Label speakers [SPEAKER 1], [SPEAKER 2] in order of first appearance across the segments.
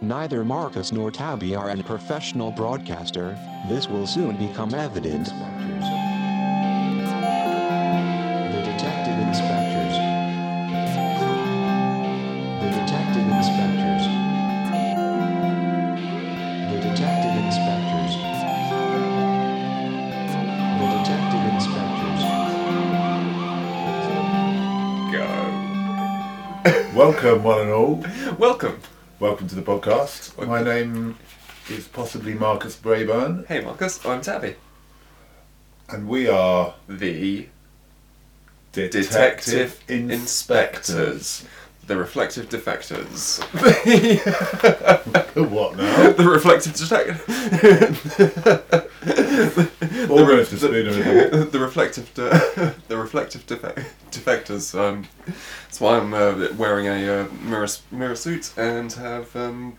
[SPEAKER 1] Neither Marcus nor Tabby are an professional broadcaster, this will soon become evident.
[SPEAKER 2] Inspectors. The detective inspectors. The detective inspectors. The detective inspectors. The detective inspectors.
[SPEAKER 3] Go.
[SPEAKER 4] Welcome, one and all.
[SPEAKER 3] Welcome.
[SPEAKER 4] Welcome to the podcast. My name is possibly Marcus Brayburn,
[SPEAKER 3] Hey, Marcus. I'm Tabby.
[SPEAKER 4] and we are
[SPEAKER 3] The
[SPEAKER 4] Detective,
[SPEAKER 3] Detective
[SPEAKER 4] Inspectors.
[SPEAKER 3] Inspectors. The Reflective Defectors.
[SPEAKER 4] what now?
[SPEAKER 3] the Reflective Detect.
[SPEAKER 4] Almost a spoon of it.
[SPEAKER 3] the Reflective. De- the Reflective defe- Defectors. Um, that's why I'm uh, wearing a uh, mirror, s- mirror suit and have um,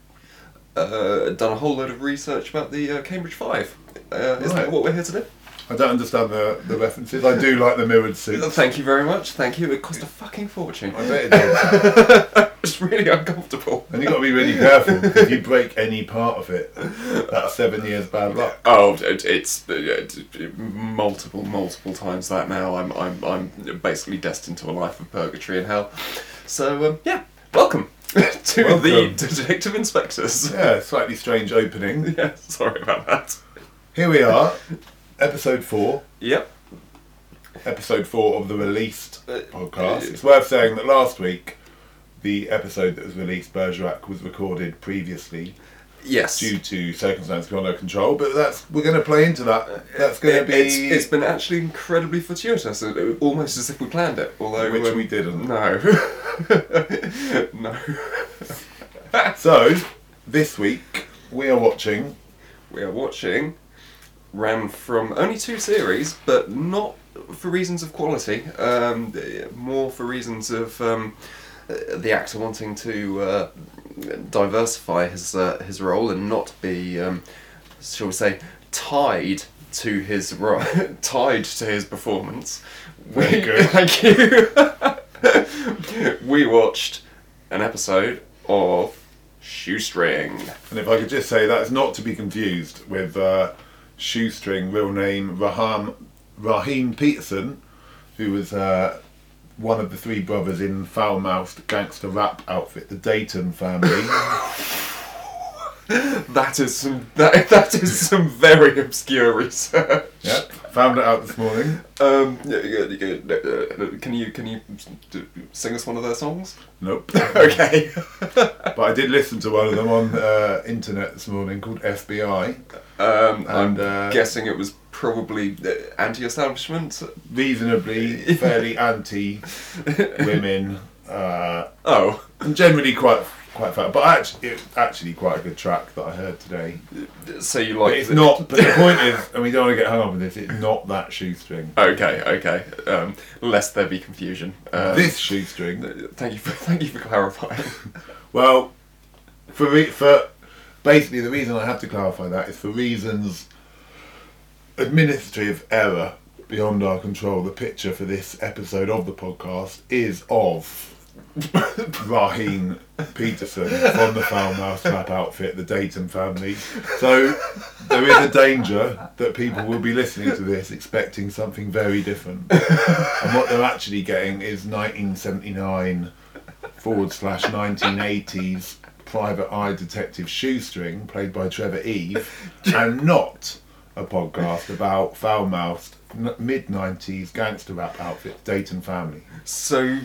[SPEAKER 3] uh, done a whole load of research about the uh, Cambridge Five. Uh, Isn't
[SPEAKER 4] Right.
[SPEAKER 3] that what we're here to do?
[SPEAKER 4] I don't understand the, the references. I do like the mirrored suits.
[SPEAKER 3] Thank you very much. Thank you. It cost a fucking fortune.
[SPEAKER 4] I bet it does.
[SPEAKER 3] It's really uncomfortable.
[SPEAKER 4] And you've got to be really careful 'cause if you break any part of it, that's seven years bad luck.
[SPEAKER 3] Oh, it, it's uh, it- multiple, multiple times that now. I'm, I'm, I'm basically destined to a life of purgatory and hell. So um, yeah, welcome to the
[SPEAKER 4] Welcome.
[SPEAKER 3] Detective Inspectors.
[SPEAKER 4] Yeah, slightly strange opening.
[SPEAKER 3] Yeah, sorry about that.
[SPEAKER 4] Here we are, episode four.
[SPEAKER 3] Yep.
[SPEAKER 4] episode four of the released
[SPEAKER 3] Uh,
[SPEAKER 4] podcast. It's worth saying that last week, the episode that was released, Bergerac, was recorded previously
[SPEAKER 3] Yes.
[SPEAKER 4] due to circumstances beyond our control. But that's we're going to play into that. That's going to
[SPEAKER 3] It-
[SPEAKER 4] be
[SPEAKER 3] it's, it's been actually incredibly fortuitous, uh, almost as if we planned it. Although
[SPEAKER 4] which
[SPEAKER 3] um,
[SPEAKER 4] we didn't.
[SPEAKER 3] No. no.
[SPEAKER 4] So this week we are watching.
[SPEAKER 3] we are watching ran from only two series, but not for reasons of quality, um, more for reasons of um, uh, the actor wanting to uh, diversify his uh, his role and not be, um, shall we say, tied to his ro- tied to his performance. We,
[SPEAKER 4] Very good.
[SPEAKER 3] Thank you. we watched an episode of Shoestring.
[SPEAKER 4] And if I could just say, that's not to be confused with uh, Shoestring, real name Raham, Raheem Peterson, who was uh, one of the three brothers in foul mouthed gangster rap outfit, the Dayton family.
[SPEAKER 3] That is some that, that is some very obscure research.
[SPEAKER 4] yeah, found it out this morning.
[SPEAKER 3] Um, yeah, yeah, yeah, yeah, yeah. uh, can you can you d- sing us one of their songs?
[SPEAKER 4] Nope.
[SPEAKER 3] Okay.
[SPEAKER 4] but I did listen to one of them on uh, internet this morning called FBI.
[SPEAKER 3] Um, I'm
[SPEAKER 4] And, uh,
[SPEAKER 3] guessing it was probably uh, anti-establishment.
[SPEAKER 4] Reasonably, fairly anti women. Uh,
[SPEAKER 3] Oh,
[SPEAKER 4] and generally quite quite fat, but actually, it, actually quite a good track that I heard today.
[SPEAKER 3] so you
[SPEAKER 4] But
[SPEAKER 3] like?
[SPEAKER 4] it's
[SPEAKER 3] the-
[SPEAKER 4] not. But the point is, and we don't want to get hung up on this. It's not that shoestring.
[SPEAKER 3] Okay, okay. Um, lest there be confusion. Um,
[SPEAKER 4] this shoestring.
[SPEAKER 3] Thank you for thank you for clarifying.
[SPEAKER 4] Well, for re- for basically the reason I have to clarify that is for reasons administrative error beyond our control. The picture for this episode of the podcast is of. Raheem Peterson from the foul mouse rap outfit, the Dayton family. So there is a danger that people will be listening to this expecting something very different. And what they're actually getting is 1979 forward slash 1980s private eye detective Shoestring, played by Trevor Eve, and not a podcast about foul mouthed mid 90s gangster rap outfit, Dayton family.
[SPEAKER 3] So,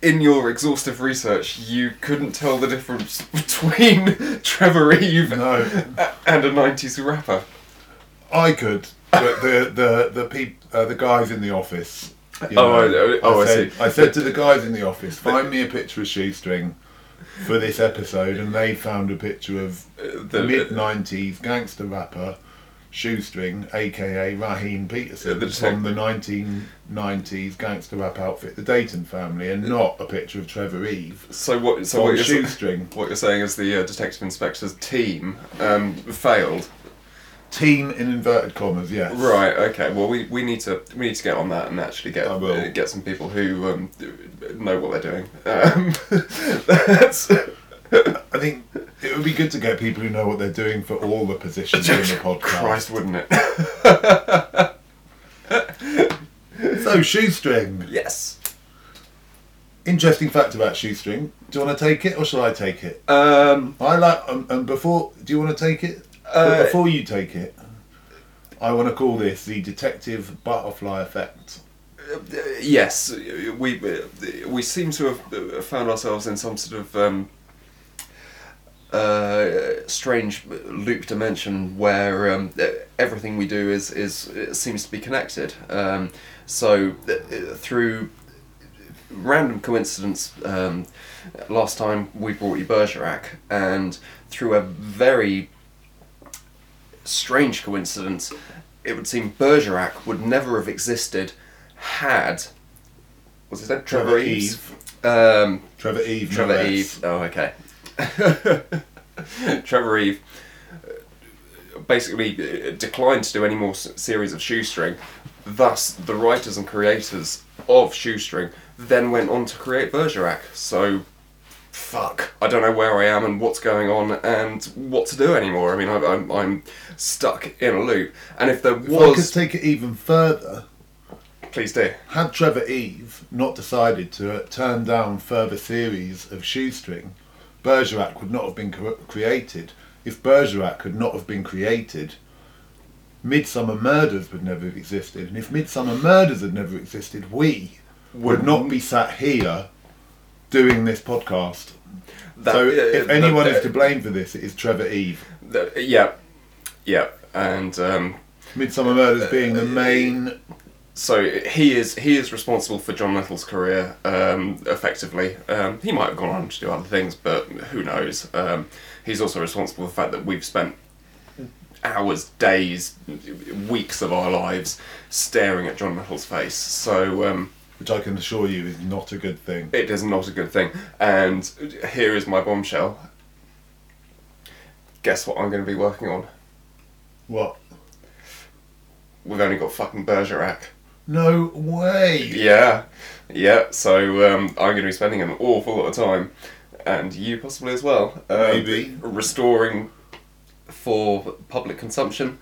[SPEAKER 3] in your exhaustive research, you couldn't tell the difference between Trevor Eve
[SPEAKER 4] No.
[SPEAKER 3] a- and a 90s rapper.
[SPEAKER 4] I could, but the the the peop, uh, the guys in the office. you
[SPEAKER 3] Oh, I- oh, I
[SPEAKER 4] said,
[SPEAKER 3] see.
[SPEAKER 4] I said to the guys in the office, find me a picture of shoestring for this episode, and they found a picture of
[SPEAKER 3] Uh, the-
[SPEAKER 4] the mid '90s gangster rapper shoestring, aka Raheem Peterson,
[SPEAKER 3] The detec-
[SPEAKER 4] from the 1990s gangster rap outfit, the Dayton Family, and not a picture of Trevor Eve.
[SPEAKER 3] So what? So
[SPEAKER 4] On
[SPEAKER 3] what you're,
[SPEAKER 4] shoestring.
[SPEAKER 3] what you're saying is the uh, detective inspector's team um, failed.
[SPEAKER 4] Team in inverted commas, yes.
[SPEAKER 3] Right. Okay. Well, we, we need to we need to get on that and actually get
[SPEAKER 4] I will.
[SPEAKER 3] uh, get some people who um, know what they're doing. Um, that's
[SPEAKER 4] I think it would be good to get people who know what they're doing for all the positions in the podcast.
[SPEAKER 3] Christ, wouldn't it?
[SPEAKER 4] So, shoestring.
[SPEAKER 3] yes.
[SPEAKER 4] Interesting fact about shoestring. Do you want to take it or shall I take it?
[SPEAKER 3] Um,
[SPEAKER 4] I like. Um, and before, do you want to take it?
[SPEAKER 3] Uh,
[SPEAKER 4] But before you take it, I want to call this the detective butterfly effect.
[SPEAKER 3] yes, we we seem to have found ourselves in some sort of um, uh, strange loop dimension where um, everything we do is is seems to be connected. Um, so uh, through random coincidence, um, last time we brought you Bergerac, and through a very strange coincidence, it would seem Bergerac would never have existed had was his name Trevor,
[SPEAKER 4] Trevor
[SPEAKER 3] Eves. Um,
[SPEAKER 4] Trevor Eve. no
[SPEAKER 3] Trevor
[SPEAKER 4] less.
[SPEAKER 3] Eve. Oh, okay. Trevor Eve uh, basically uh, declined to do any more s- series of Shoestring. Thus, the writers and creators of Shoestring then went on to create Bergerac. So, fuck. I don't know where I am and what's going on and what to do anymore. I mean, I'm, I'm, I'm stuck in a loop. And if there
[SPEAKER 4] If I could
[SPEAKER 3] was.
[SPEAKER 4] take it even further,
[SPEAKER 3] please do.
[SPEAKER 4] had Trevor Eve not decided to uh, turn down further series of Shoestring, Bergerac would not have been cre- created. If Bergerac could not have been created, Midsummer Murders would never have existed. And if Midsummer Murders had never existed, we would not be sat here doing this podcast.
[SPEAKER 3] That-
[SPEAKER 4] so
[SPEAKER 3] uh,
[SPEAKER 4] if
[SPEAKER 3] that-
[SPEAKER 4] anyone is
[SPEAKER 3] that-
[SPEAKER 4] to blame for this, it is Trevor Eve.
[SPEAKER 3] that- yeah. Yeah. And. Um,
[SPEAKER 4] Midsummer Murders being
[SPEAKER 3] uh,
[SPEAKER 4] the main
[SPEAKER 3] so he is he is responsible for John Little's career um, effectively. Um, he might have gone on to do other things, but who knows? Um, he's also responsible for the fact that we've spent hours, days, weeks of our lives staring at John Little's face. So um,
[SPEAKER 4] which I can assure you is not a good thing.
[SPEAKER 3] it is not a good thing. And here is my bombshell. Guess what I'm going to be working on?
[SPEAKER 4] What?
[SPEAKER 3] We've only got fucking Bergerac.
[SPEAKER 4] No way!
[SPEAKER 3] Yeah, yeah. So um, I'm going to be spending an awful lot of time, and you possibly as well. Um,
[SPEAKER 4] Maybe.
[SPEAKER 3] restoring for public consumption.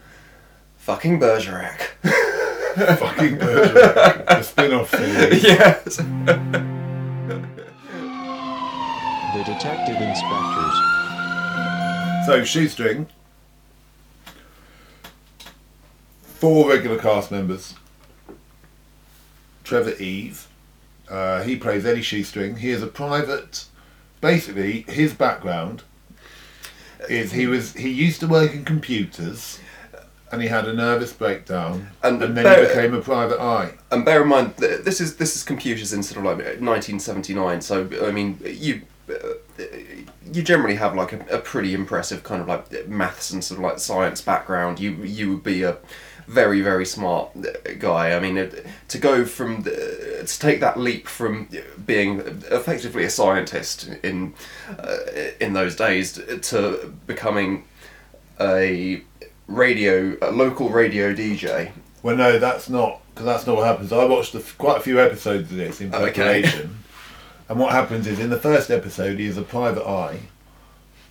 [SPEAKER 3] Fucking Bergerac.
[SPEAKER 4] Fucking Bergerac, the spin-off series.
[SPEAKER 3] yes.
[SPEAKER 1] The detective inspectors.
[SPEAKER 4] So shoestring. Four regular cast members. Trevor Eve. Uh, he plays Eddie Shoestring. He is a private. Basically, his background is he was he used to work in computers, and he had a nervous breakdown,
[SPEAKER 3] And
[SPEAKER 4] and,
[SPEAKER 3] the
[SPEAKER 4] then he
[SPEAKER 3] bear-
[SPEAKER 4] became a private eye.
[SPEAKER 3] And bear in mind, th- this is this is computers in sort of like 1979. So I mean, you uh, you generally have like a, a pretty impressive kind of like maths and sort of like science background. You you would be a very very smart uh, guy. I mean, it, to go from the, to take that leap from being effectively a scientist in uh, in those days to becoming a radio a local radio DJ.
[SPEAKER 4] Well, no, that's not because that's not what happens. I watched the, f- quite a few episodes of this in
[SPEAKER 3] Okay.
[SPEAKER 4] preparation, and what happens is in the first episode he is a private eye,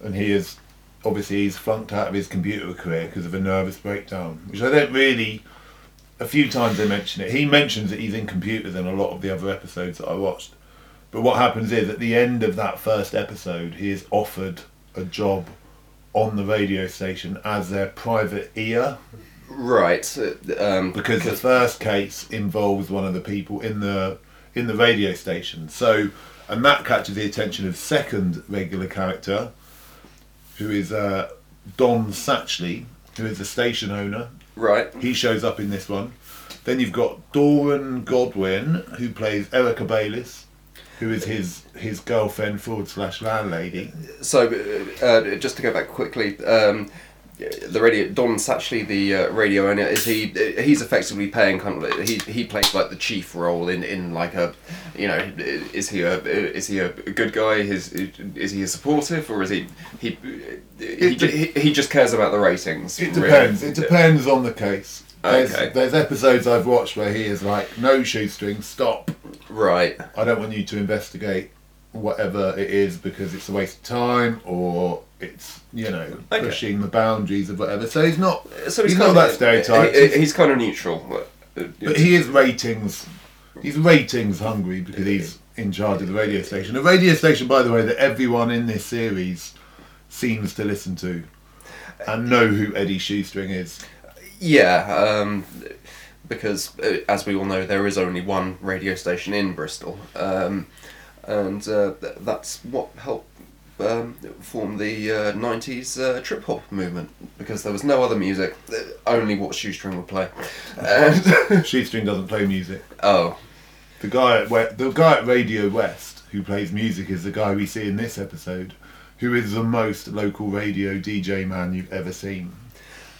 [SPEAKER 4] and he is obviously he's flunked out of his computer career because of a nervous breakdown, which I don't really. A few times they mention it. He mentions that he's in computers in a lot of the other episodes that I watched. But what happens is at the end of that first episode, he is offered a job on the radio station as their private ear
[SPEAKER 3] Right. uh, Um,
[SPEAKER 4] because the first case involves one of the people in the in the radio station. So, and that catches the attention of second regular character, who is uh, Don Satchley, who is the station owner.
[SPEAKER 3] right.
[SPEAKER 4] He shows up in this one. Then you've got Doran Godwin, who plays Erica Bayliss, who is his his girlfriend forward slash landlady.
[SPEAKER 3] So, uh, uh, just to go back quickly, um, the radio Don Satchley, the uh, radio owner, is he? uh, He's effectively paying kind of like- he he plays like the chief role in, in like a, you know, is he a is he a good guy? Is is he a supportive or is he he he,
[SPEAKER 4] It de-
[SPEAKER 3] he, he just cares about the ratings?
[SPEAKER 4] It
[SPEAKER 3] really.
[SPEAKER 4] depends. It depends on the case. There's,
[SPEAKER 3] Okay.
[SPEAKER 4] there's episodes I've watched where he is like, no shoestring, stop.
[SPEAKER 3] Right.
[SPEAKER 4] I don't want you to investigate whatever it is because it's a waste of time or it's you know
[SPEAKER 3] Okay.
[SPEAKER 4] pushing the boundaries of whatever. So he's not.
[SPEAKER 3] So
[SPEAKER 4] he's not that stereotype.
[SPEAKER 3] he- he- he's kind of neutral. but-
[SPEAKER 4] But he is ratings. He's ratings hungry because he's in charge of the radio station. A radio station, by the way, that everyone in this series seems to listen to and know who Eddie Shoestring is.
[SPEAKER 3] Yeah, um, because uh, as we all know, there is only one radio station in Bristol, um, and uh, th- that's what helped um, form the uh, '90s uh, trip hop movement. Because there was no other music, uh, only what shoestring would play. And
[SPEAKER 4] Shoestring doesn't play music.
[SPEAKER 3] oh,
[SPEAKER 4] The guy at we- the guy at Radio West who plays music is the guy we see in this episode, who is the most local radio DJ man you've ever seen.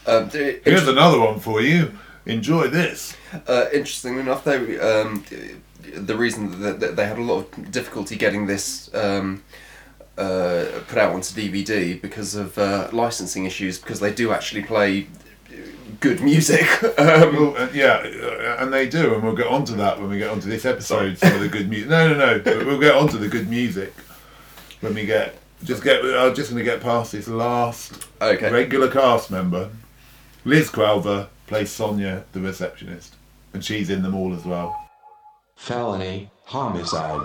[SPEAKER 3] um, d-
[SPEAKER 4] Here's another one for you. Enjoy this.
[SPEAKER 3] Uh, interestingly enough, though, um, the reason that that they had a lot of difficulty getting this um, uh, put out onto DVD because of uh, licensing issues, because they do actually play good music. um,
[SPEAKER 4] Well, uh, yeah, uh, and they do, and we'll get onto that when we get onto this episode. Some of the good music. No, no, no. But we'll get onto the good music when we get. Just get. I'm just going to get past this last
[SPEAKER 3] okay.
[SPEAKER 4] regular cast member. Liz Crowther plays Sonia, the receptionist, and she's in them all as well.
[SPEAKER 1] Felony, homicide.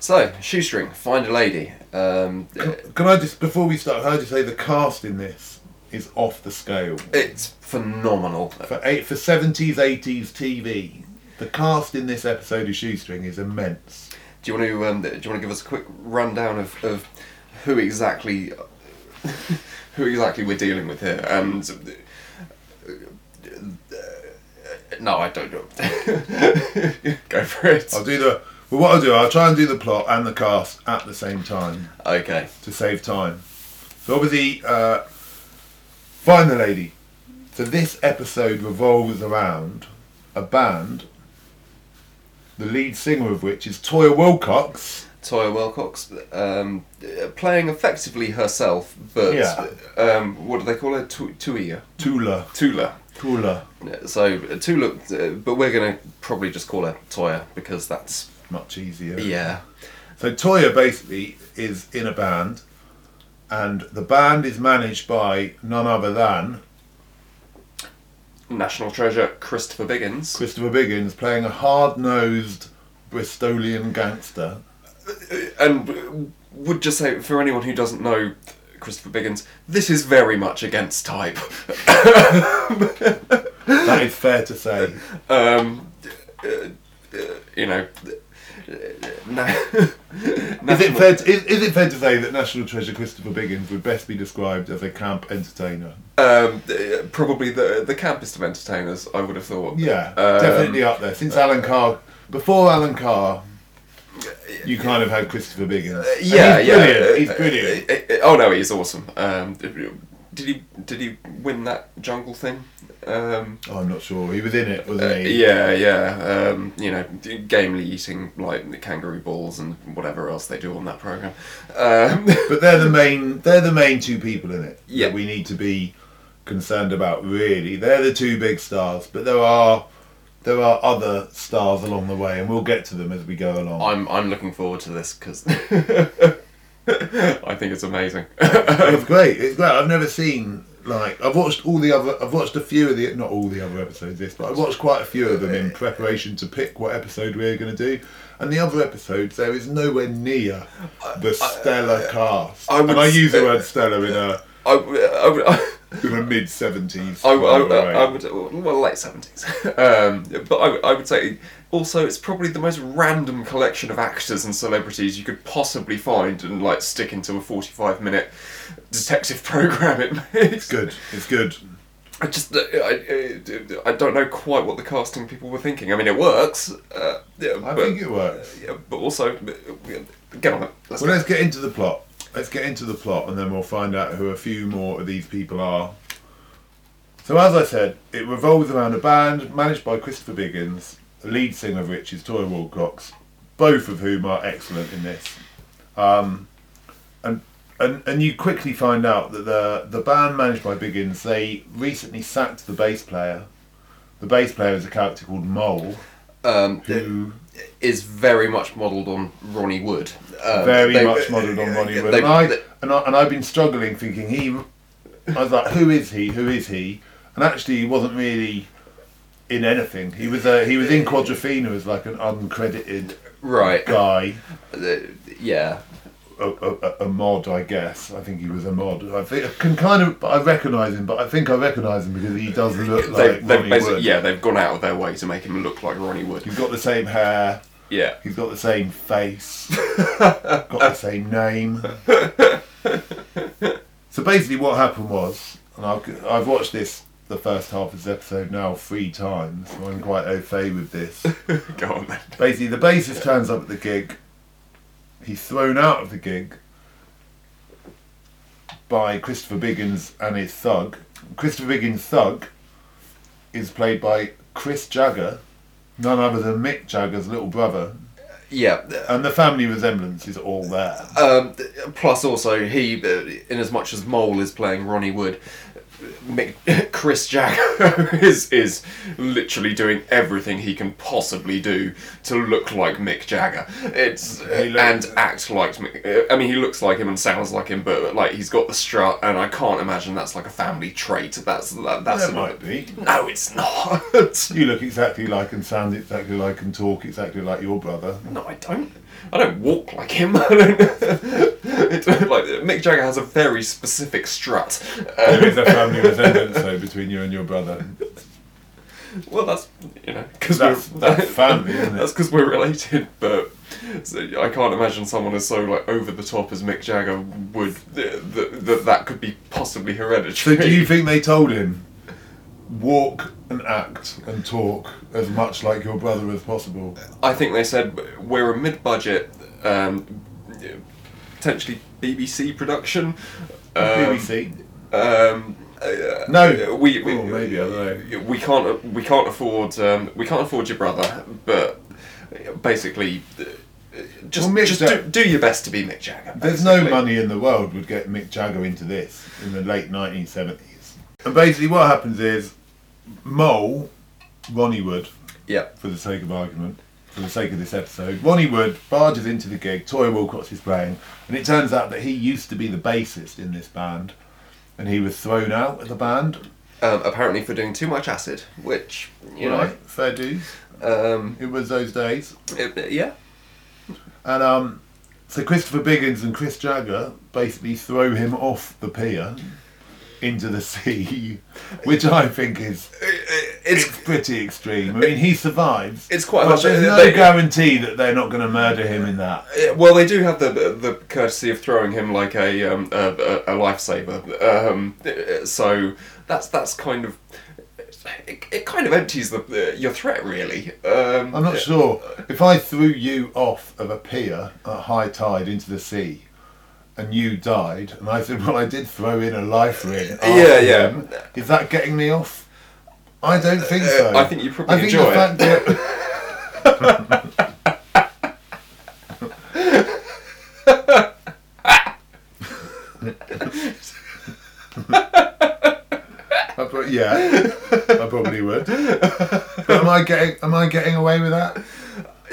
[SPEAKER 3] So, shoestring, find a lady. Um,
[SPEAKER 4] Can I just before we start? Can I just say the cast in this is off the scale
[SPEAKER 3] it's phenomenal.
[SPEAKER 4] for eight for seventies, eighties TV. The cast in this episode of Shoestring is immense.
[SPEAKER 3] Do you want to um, do you want to give us a quick rundown of, of who exactly who exactly we're dealing with here? And uh, no, I don't know. Go for it.
[SPEAKER 4] I'll do the. Well, what I'll do, I'll try and do the plot and the cast at the same time
[SPEAKER 3] Okay.
[SPEAKER 4] to save time. So obviously, uh, find the lady. So this episode revolves around a band, the lead singer of which is Toya Wilcox.
[SPEAKER 3] Toya Wilcox um, playing effectively herself, but
[SPEAKER 4] Yeah.
[SPEAKER 3] um, what do they call her? Tu- Tuia,
[SPEAKER 4] Tula,
[SPEAKER 3] Tula.
[SPEAKER 4] Tula,
[SPEAKER 3] So Tula, uh, but we're gonna probably just call her Toya because that's
[SPEAKER 4] much easier.
[SPEAKER 3] yeah.
[SPEAKER 4] So Toya basically is in a band, and the band is managed by none other than
[SPEAKER 3] National treasure Christopher Biggins.
[SPEAKER 4] Christopher Biggins playing a hard-nosed Bristolian gangster.
[SPEAKER 3] and w- would just say for anyone who doesn't know Christopher Biggins, this is very much against type.
[SPEAKER 4] That is fair to say.
[SPEAKER 3] um, uh, uh, you know, uh, na-
[SPEAKER 4] Is it
[SPEAKER 3] national-
[SPEAKER 4] fair? To, is, is it fair to say that National Treasure Christopher Biggins would best be described as a camp entertainer?
[SPEAKER 3] um, uh, probably the the campest of entertainers. I would have thought.
[SPEAKER 4] Yeah,
[SPEAKER 3] Um,
[SPEAKER 4] definitely up there. Since Alan Carr, before Alan Carr, you kind of had Christopher Biggins.
[SPEAKER 3] Uh,
[SPEAKER 4] And
[SPEAKER 3] Yeah,
[SPEAKER 4] he's
[SPEAKER 3] yeah.
[SPEAKER 4] brilliant. He's
[SPEAKER 3] Uh,
[SPEAKER 4] brilliant.
[SPEAKER 3] uh, uh, oh no, he's awesome. Um, did he did he win that jungle thing? Um,
[SPEAKER 4] Oh, I'm not sure. He was in it,
[SPEAKER 3] Uh,
[SPEAKER 4] wasn't he?
[SPEAKER 3] yeah, yeah. Um, you know, d- gamely eating like the kangaroo balls and whatever else they do on that program. Um,
[SPEAKER 4] But they're the main. They're the main two people in it.
[SPEAKER 3] Yeah.
[SPEAKER 4] that we need to be concerned about. Really, they're the two big stars. But there are there are other stars along the way, and we'll get to them as we go along.
[SPEAKER 3] I'm I'm looking forward to this because I think it's amazing.
[SPEAKER 4] it's great. It's great. I've never seen like I've watched all the other. I've watched a few of the not all the other episodes of this, but I have watched quite a few of them in preparation to pick what episode we're going to do. And the other episodes, there is nowhere near the stellar cast.
[SPEAKER 3] I would
[SPEAKER 4] and I use the
[SPEAKER 3] say-
[SPEAKER 4] word stellar in a
[SPEAKER 3] I, w- I, w- I,
[SPEAKER 4] in a mid seventies.
[SPEAKER 3] I, w- I- I would well late seventies, um, but I, w- I would say also it's probably the most random collection of actors and celebrities you could possibly find and like stick into a forty-five minute detective program. It makes.
[SPEAKER 4] It's good. It's good.
[SPEAKER 3] I just I, I, I don't know quite what the casting people were thinking. I mean, it works. Uh, yeah,
[SPEAKER 4] I
[SPEAKER 3] but,
[SPEAKER 4] think it works.
[SPEAKER 3] yeah, but also, uh, get on it. Let's
[SPEAKER 4] Well,
[SPEAKER 3] go.
[SPEAKER 4] let's get into the plot. Let's get into the plot, and then we'll find out who a few more of these people are. So, as I said, it revolves around a band managed by Christopher Biggins, the lead singer of which is Toy Walcox, both of whom are excellent in this. Um, and, and and you quickly find out that the the band managed by Biggins they recently sacked the bass player. The bass player is a character called Mole,
[SPEAKER 3] Um,
[SPEAKER 4] who
[SPEAKER 3] is very much modelled on Ronnie Wood. Um,
[SPEAKER 4] very
[SPEAKER 3] Uh, they-
[SPEAKER 4] much modelled on Ronnie Wood.
[SPEAKER 3] they-
[SPEAKER 4] and I,
[SPEAKER 3] they-
[SPEAKER 4] and I, and I've been struggling thinking he. I was like, who is he? Who is he? And actually, he wasn't really in anything. He was uh, he was in Quadrophenia as like an uncredited
[SPEAKER 3] Right.
[SPEAKER 4] guy,
[SPEAKER 3] Uh, yeah.
[SPEAKER 4] a, a, a mod, I guess. I think he was a mod. I think I can kind of I recognise him, but I think I recognise him because he does look
[SPEAKER 3] They,
[SPEAKER 4] like
[SPEAKER 3] they've
[SPEAKER 4] Ronnie
[SPEAKER 3] basically,
[SPEAKER 4] Wood.
[SPEAKER 3] yeah, they've gone out of their way to make him look like Ronnie Wood.
[SPEAKER 4] He's got the same hair.
[SPEAKER 3] Yeah.
[SPEAKER 4] He's got the same face. got the same name. so basically, what happened was, and I've, I've watched this the first half of this episode now three times, so I'm quite au fait with this.
[SPEAKER 3] Go on then.
[SPEAKER 4] Basically, the bassist turns up at the gig. He's thrown out of the gig by Christopher Biggins and his thug. Christopher Biggins' thug is played by Chris Jagger, none other than Mick Jagger's little brother.
[SPEAKER 3] Yeah.
[SPEAKER 4] And the family resemblance is all there.
[SPEAKER 3] Um, th- plus, also, he, uh, in as much as Mole is playing Ronnie Wood, Mick, Chris Jagger is is literally doing everything he can possibly do to look like Mick Jagger. It's uh,
[SPEAKER 4] He looks-
[SPEAKER 3] and act like Mick. uh, I mean, he looks like him and sounds like him, but like he's got the strut, and I can't imagine that's like a family trait. That's that, that's
[SPEAKER 4] That might be.
[SPEAKER 3] no, it's not.
[SPEAKER 4] You look exactly like and sound exactly like and talk exactly like your brother.
[SPEAKER 3] No, I don't. I don't walk like him. I don't. it's like Mick Jagger has a very specific strut. Uh,
[SPEAKER 4] There is a family resemblance though between you and your brother.
[SPEAKER 3] well, that's you know because
[SPEAKER 4] That's- that's family, isn't it?
[SPEAKER 3] That's because we're related, but so I can't imagine someone as so like over the top as Mick Jagger would uh, that that, that could be possibly
[SPEAKER 4] So
[SPEAKER 3] hereditary.
[SPEAKER 4] do you think they told him walk and act and talk as much like your brother as possible?
[SPEAKER 3] I think they said we're a mid-budget, um, potentially BBC production. Um,
[SPEAKER 4] BBC.
[SPEAKER 3] Um, uh,
[SPEAKER 4] No.
[SPEAKER 3] we, we
[SPEAKER 4] Oh, maybe, I don't
[SPEAKER 3] We can't uh, we can't afford um, we can't afford your brother, but basically, uh, just
[SPEAKER 4] Well, Mick
[SPEAKER 3] just
[SPEAKER 4] Jag-
[SPEAKER 3] do, do your best to be Mick Jagger.
[SPEAKER 4] There's no
[SPEAKER 3] basically.
[SPEAKER 4] money in the world would get Mick Jagger into this in the late 1970s. And basically, what happens is Mole, Ronnie Wood,
[SPEAKER 3] Yeah,
[SPEAKER 4] for the sake of argument, for the sake of this episode, Ronnie Wood barges into the gig, Toy Walcott's is playing, and it turns out that he used to be the bassist in this band, and he was thrown out of the band.
[SPEAKER 3] um, apparently for doing too much acid, which you
[SPEAKER 4] right, fair dues.
[SPEAKER 3] know, um,
[SPEAKER 4] It was those days.
[SPEAKER 3] it- yeah,
[SPEAKER 4] And um, so Christopher Biggins and Chris Jagger basically throw him off the pier into the sea, which I think is
[SPEAKER 3] it's.
[SPEAKER 4] it's pretty extreme. I mean, he survives.
[SPEAKER 3] It's quite
[SPEAKER 4] but
[SPEAKER 3] much-
[SPEAKER 4] there's no
[SPEAKER 3] they-
[SPEAKER 4] guarantee that they're not going to murder him in that.
[SPEAKER 3] uh, Well, they do have the the courtesy of throwing him like a um, a, a, a lifesaver, um, uh, so that's that's kind of it, it kind of empties the uh, your threat really. Um,
[SPEAKER 4] I'm not sure. If I threw you off of a pier at high tide into the sea and you died, and I said, Well, I did throw in a life ring. after
[SPEAKER 3] Yeah, yeah.
[SPEAKER 4] them," is that getting me off? I don't think
[SPEAKER 3] Uh,
[SPEAKER 4] so.
[SPEAKER 3] I think you probably
[SPEAKER 4] I think
[SPEAKER 3] enjoy
[SPEAKER 4] the
[SPEAKER 3] it.
[SPEAKER 4] fact that. I pro- yeah, I probably would. But am I getting am I getting away with that?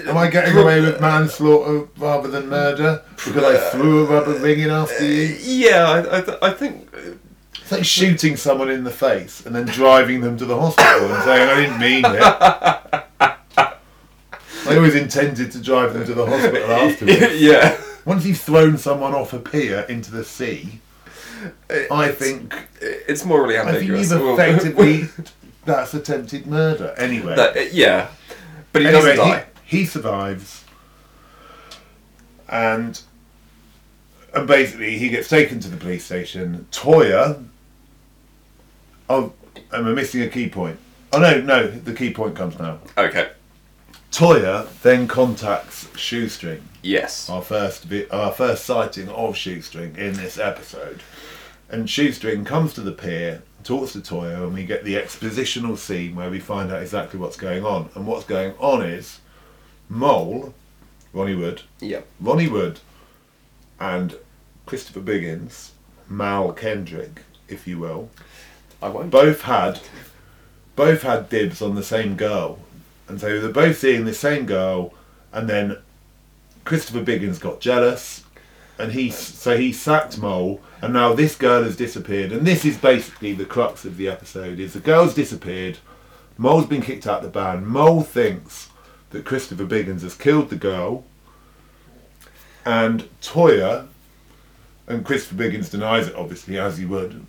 [SPEAKER 4] Am I getting away with manslaughter rather than murder because I threw a rubber ring in after you?
[SPEAKER 3] Yeah, I, I, th- I think.
[SPEAKER 4] It's like shooting someone in the face and then driving them to the hospital and saying I didn't mean it. I always intended to drive them to the hospital afterwards.
[SPEAKER 3] yeah.
[SPEAKER 4] Once you've thrown someone off a pier into the sea, I think
[SPEAKER 3] It's morally
[SPEAKER 4] I think
[SPEAKER 3] ambiguous.
[SPEAKER 4] you've
[SPEAKER 3] Well,
[SPEAKER 4] effectively that's attempted murder. Anyway,
[SPEAKER 3] that- uh, yeah. But he
[SPEAKER 4] anyway,
[SPEAKER 3] doesn't die.
[SPEAKER 4] He, he survives, and and basically he gets taken to the police station. Toya, oh, am I missing a key point? Oh no, no, the key point comes now.
[SPEAKER 3] Okay.
[SPEAKER 4] Toya then contacts Shoestring,
[SPEAKER 3] Yes.
[SPEAKER 4] our first vi- our first sighting of Shoestring in this episode, and Shoestring comes to the pier. Talks to Toyo, and we get the expositional scene where we find out exactly what's going on. And what's going on is Mole, Ronnie Wood,
[SPEAKER 3] Yep.
[SPEAKER 4] Ronnie Wood, and Christopher Biggins, Mal Kendrick, if you will,
[SPEAKER 3] I won't.
[SPEAKER 4] both had both had dibs on the same girl, and so they're both seeing the same girl, and then Christopher Biggins got jealous and he so he sacked Mole, and now this girl has disappeared, and this is basically the crux of the episode: is the girl's disappeared, Mole's been kicked out of the band. Mole thinks that Christopher Biggins has killed the girl, and Toya, and Christopher Biggins denies it, obviously, as he would.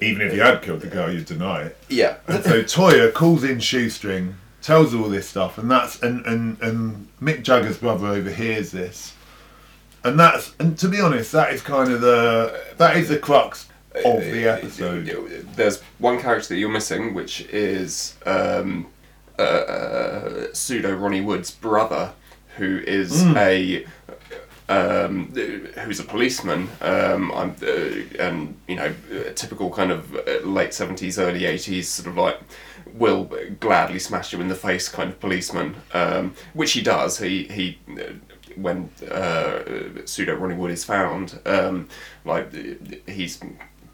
[SPEAKER 4] Even if you had killed the girl, you'd deny it.
[SPEAKER 3] Yeah.
[SPEAKER 4] And so Toya calls in Shoestring, tells her all this stuff, and that's and, and and Mick Jagger's brother overhears this, and that's and to be honest, that is kind of the that is the crux of the episode.
[SPEAKER 3] There's one character that you're missing, which is um, uh, uh, pseudo Ronnie Wood's brother, who is a um, who's a policeman. Um, I'm, uh, and you know, a typical kind of uh, late seventies, early eighties, sort of like will gladly smash you in the face kind of policeman, um, which he does. He he. uh, When uh, pseudo Ronnie Wood is found, um, like uh, he's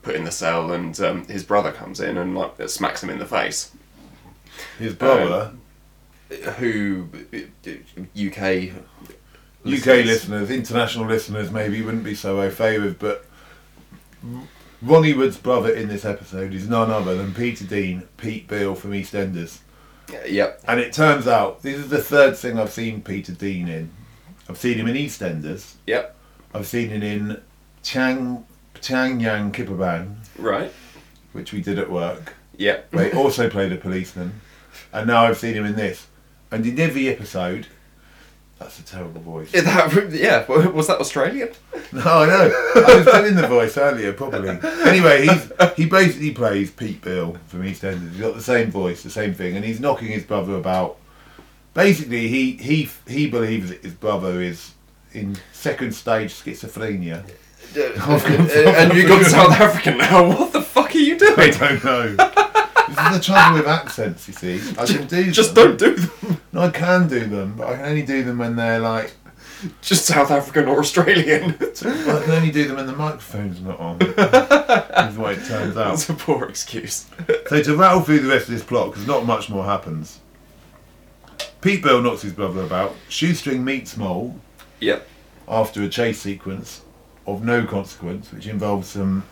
[SPEAKER 3] put in the cell, and um, his brother comes in and like smacks him in the face
[SPEAKER 4] His brother,
[SPEAKER 3] who UK
[SPEAKER 4] UK listeners, international listeners, maybe wouldn't be so au fait with, but Ronnie Wood's brother in this episode is none other than Peter Dean, Pete Beale from EastEnders.
[SPEAKER 3] Yep.
[SPEAKER 4] And it turns out this is the third thing I've seen Peter Dean in. I've seen him in EastEnders.
[SPEAKER 3] Yep.
[SPEAKER 4] I've seen it in Chang Chang Yang Kipperban,
[SPEAKER 3] Right.
[SPEAKER 4] which we did at work,
[SPEAKER 3] Yep.
[SPEAKER 4] where he also played a policeman. And now I've seen him in this. And in every episode, that's a terrible voice.
[SPEAKER 3] Yeah, that- yeah. wa- Was that Australian?
[SPEAKER 4] No, Oh, I know. I was telling the voice earlier, probably. Anyway, he's, he basically plays Pete Bill from EastEnders. He's got the same voice, the same thing, and he's knocking his brother about. Basically, he he he believes that his brother is in second stage schizophrenia.
[SPEAKER 3] Oh, and you've gone South African now. What the fuck are you
[SPEAKER 4] I
[SPEAKER 3] doing?
[SPEAKER 4] don't know. this is the trouble with accents, you see. I can do
[SPEAKER 3] Just
[SPEAKER 4] them.
[SPEAKER 3] don't do them.
[SPEAKER 4] No, I can do them, but I can only do them when they're like.
[SPEAKER 3] Just South African or Australian.
[SPEAKER 4] I can only do them when the microphone's not on. That's the way it turns out.
[SPEAKER 3] That's a poor excuse.
[SPEAKER 4] So to rattle through the rest of this plot, because not much more happens. Pete Bell knocks his brother about. Shoestring meets Mole
[SPEAKER 3] Yep.
[SPEAKER 4] after a chase sequence of no consequence, which involves some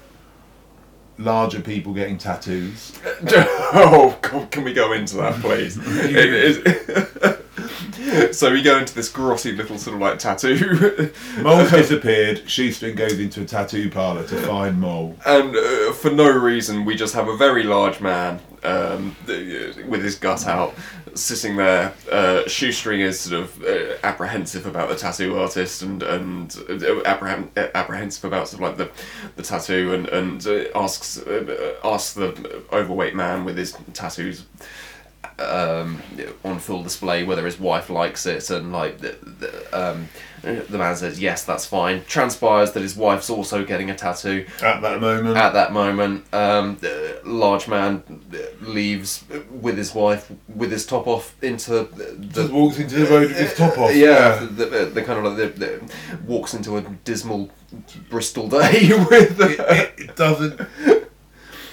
[SPEAKER 4] larger people getting tattoos.
[SPEAKER 3] Oh, God, can we go into that, please? It is- so we go into this grotty little sort of like tattoo
[SPEAKER 4] Mole's disappeared. Shoestring goes into a tattoo parlour to find Mole.
[SPEAKER 3] and uh, for no reason, we just have a very large man um, th- uh, with his gut out, sitting there. Uh, Shoestring is sort of uh, apprehensive about the tattoo artist and and uh, apprehen- uh, apprehensive about sort of like the, the tattoo and and uh, asks uh, uh, asks the overweight man with his tattoos um, on full display whether his wife likes it and like the, the, um, the man says yes that's fine transpires that his wife's also getting a tattoo
[SPEAKER 4] At that moment,
[SPEAKER 3] at that moment um, the large man leaves with his wife with his top off into
[SPEAKER 4] just
[SPEAKER 3] the,
[SPEAKER 4] walks into the road with his top off.
[SPEAKER 3] yeah, The, the, the kind of like the, the, walks into a dismal bristol day with
[SPEAKER 4] it, it doesn't.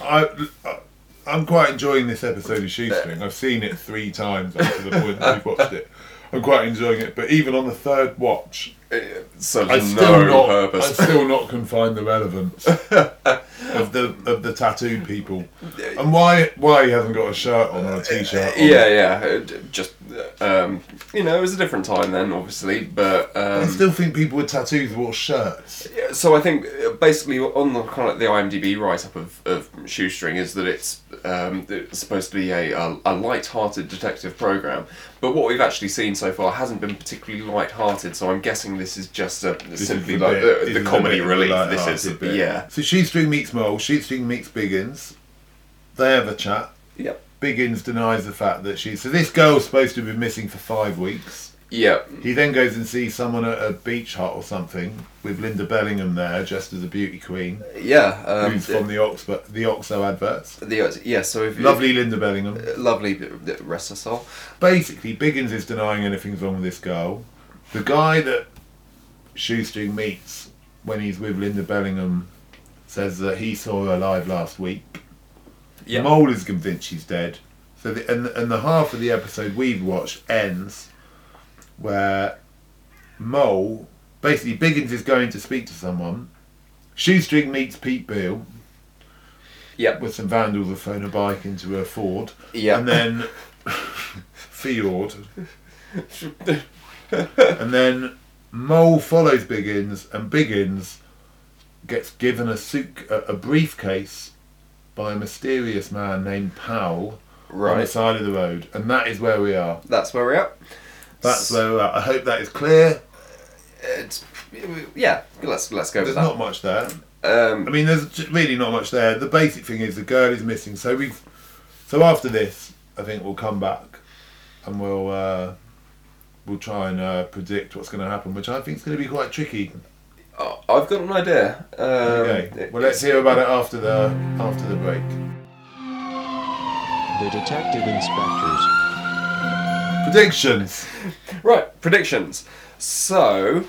[SPEAKER 4] I, I, I'm quite enjoying this episode of Shoestring. I've seen it three times up to the point that we've watched it. I'm quite enjoying it, but even on the third watch,
[SPEAKER 3] so
[SPEAKER 4] I
[SPEAKER 3] there's
[SPEAKER 4] still
[SPEAKER 3] no
[SPEAKER 4] not,
[SPEAKER 3] purpose
[SPEAKER 4] I still not can find the relevance of the of the tattooed people, and why why he hasn't got a shirt on or a t-shirt. On.
[SPEAKER 3] Yeah, yeah. uh, d- Just, uh, um, you know, it was a different time then, obviously. But
[SPEAKER 4] I
[SPEAKER 3] um,
[SPEAKER 4] still think people with tattoos wore shirts.
[SPEAKER 3] yeah, so I think uh, basically on the kind of the IMDb write up of, of Shoestring is that it's, um, it's supposed to be a, a, a light hearted detective program. But what we've actually seen so far hasn't been particularly light hearted. So I'm guessing this is just a,
[SPEAKER 4] This
[SPEAKER 3] simply
[SPEAKER 4] is
[SPEAKER 3] like
[SPEAKER 4] bit-
[SPEAKER 3] the,
[SPEAKER 4] this
[SPEAKER 3] the
[SPEAKER 4] is
[SPEAKER 3] comedy
[SPEAKER 4] bit of
[SPEAKER 3] relief.
[SPEAKER 4] the
[SPEAKER 3] This is
[SPEAKER 4] lighthearted bit.
[SPEAKER 3] yeah,
[SPEAKER 4] So Shoestring meets Mole, Shoestring meets Biggins. They have a chat.
[SPEAKER 3] yep,
[SPEAKER 4] Biggins denies the fact that she. So this girl's supposed to have been missing for five weeks.
[SPEAKER 3] yep.
[SPEAKER 4] He then goes and sees someone at a beach hut or something with Linda Bellingham there, dressed as a beauty queen,
[SPEAKER 3] Yeah, um,
[SPEAKER 4] who's from the Oxford, the Oxo adverts.
[SPEAKER 3] the yeah. So if
[SPEAKER 4] Lovely Linda Bellingham.
[SPEAKER 3] lovely, uh, rest her soul.
[SPEAKER 4] Basically, Biggins is denying anything's wrong with this girl. The guy that Shoestring meets when he's with Linda Bellingham says that he saw her live last week.
[SPEAKER 3] Yeah.
[SPEAKER 4] Mole is convinced she's dead. So the, and and the half of the episode we've watched ends where Mole Basically, Biggins is going to speak to someone. Shoestring meets Pete Beale
[SPEAKER 3] Yep.
[SPEAKER 4] with some vandals who thrown a bike into a Ford.
[SPEAKER 3] Yeah.
[SPEAKER 4] And then Fjord. and then Mole follows Biggins, and Biggins gets given a suit, a, a briefcase by a mysterious man named Powell on the
[SPEAKER 3] Right.
[SPEAKER 4] side of the road, and that is where we are.
[SPEAKER 3] That's where we're at.
[SPEAKER 4] That's where we're at. I hope that is clear.
[SPEAKER 3] It's, yeah. Let's let's go with
[SPEAKER 4] There's
[SPEAKER 3] that.
[SPEAKER 4] not much there.
[SPEAKER 3] Um,
[SPEAKER 4] I mean, there's j- really not much there. The basic thing is the girl is missing. So we've, so after this, I think we'll come back, and we'll uh, we'll try and uh, predict what's going to happen, which I think is going to be quite tricky.
[SPEAKER 3] I- Oh, I've got an idea. Um,
[SPEAKER 4] okay.
[SPEAKER 3] it-
[SPEAKER 4] Well, let's hear about it after the after the break.
[SPEAKER 1] The detective inspectors.
[SPEAKER 4] Predictions.
[SPEAKER 3] Right. Predictions. So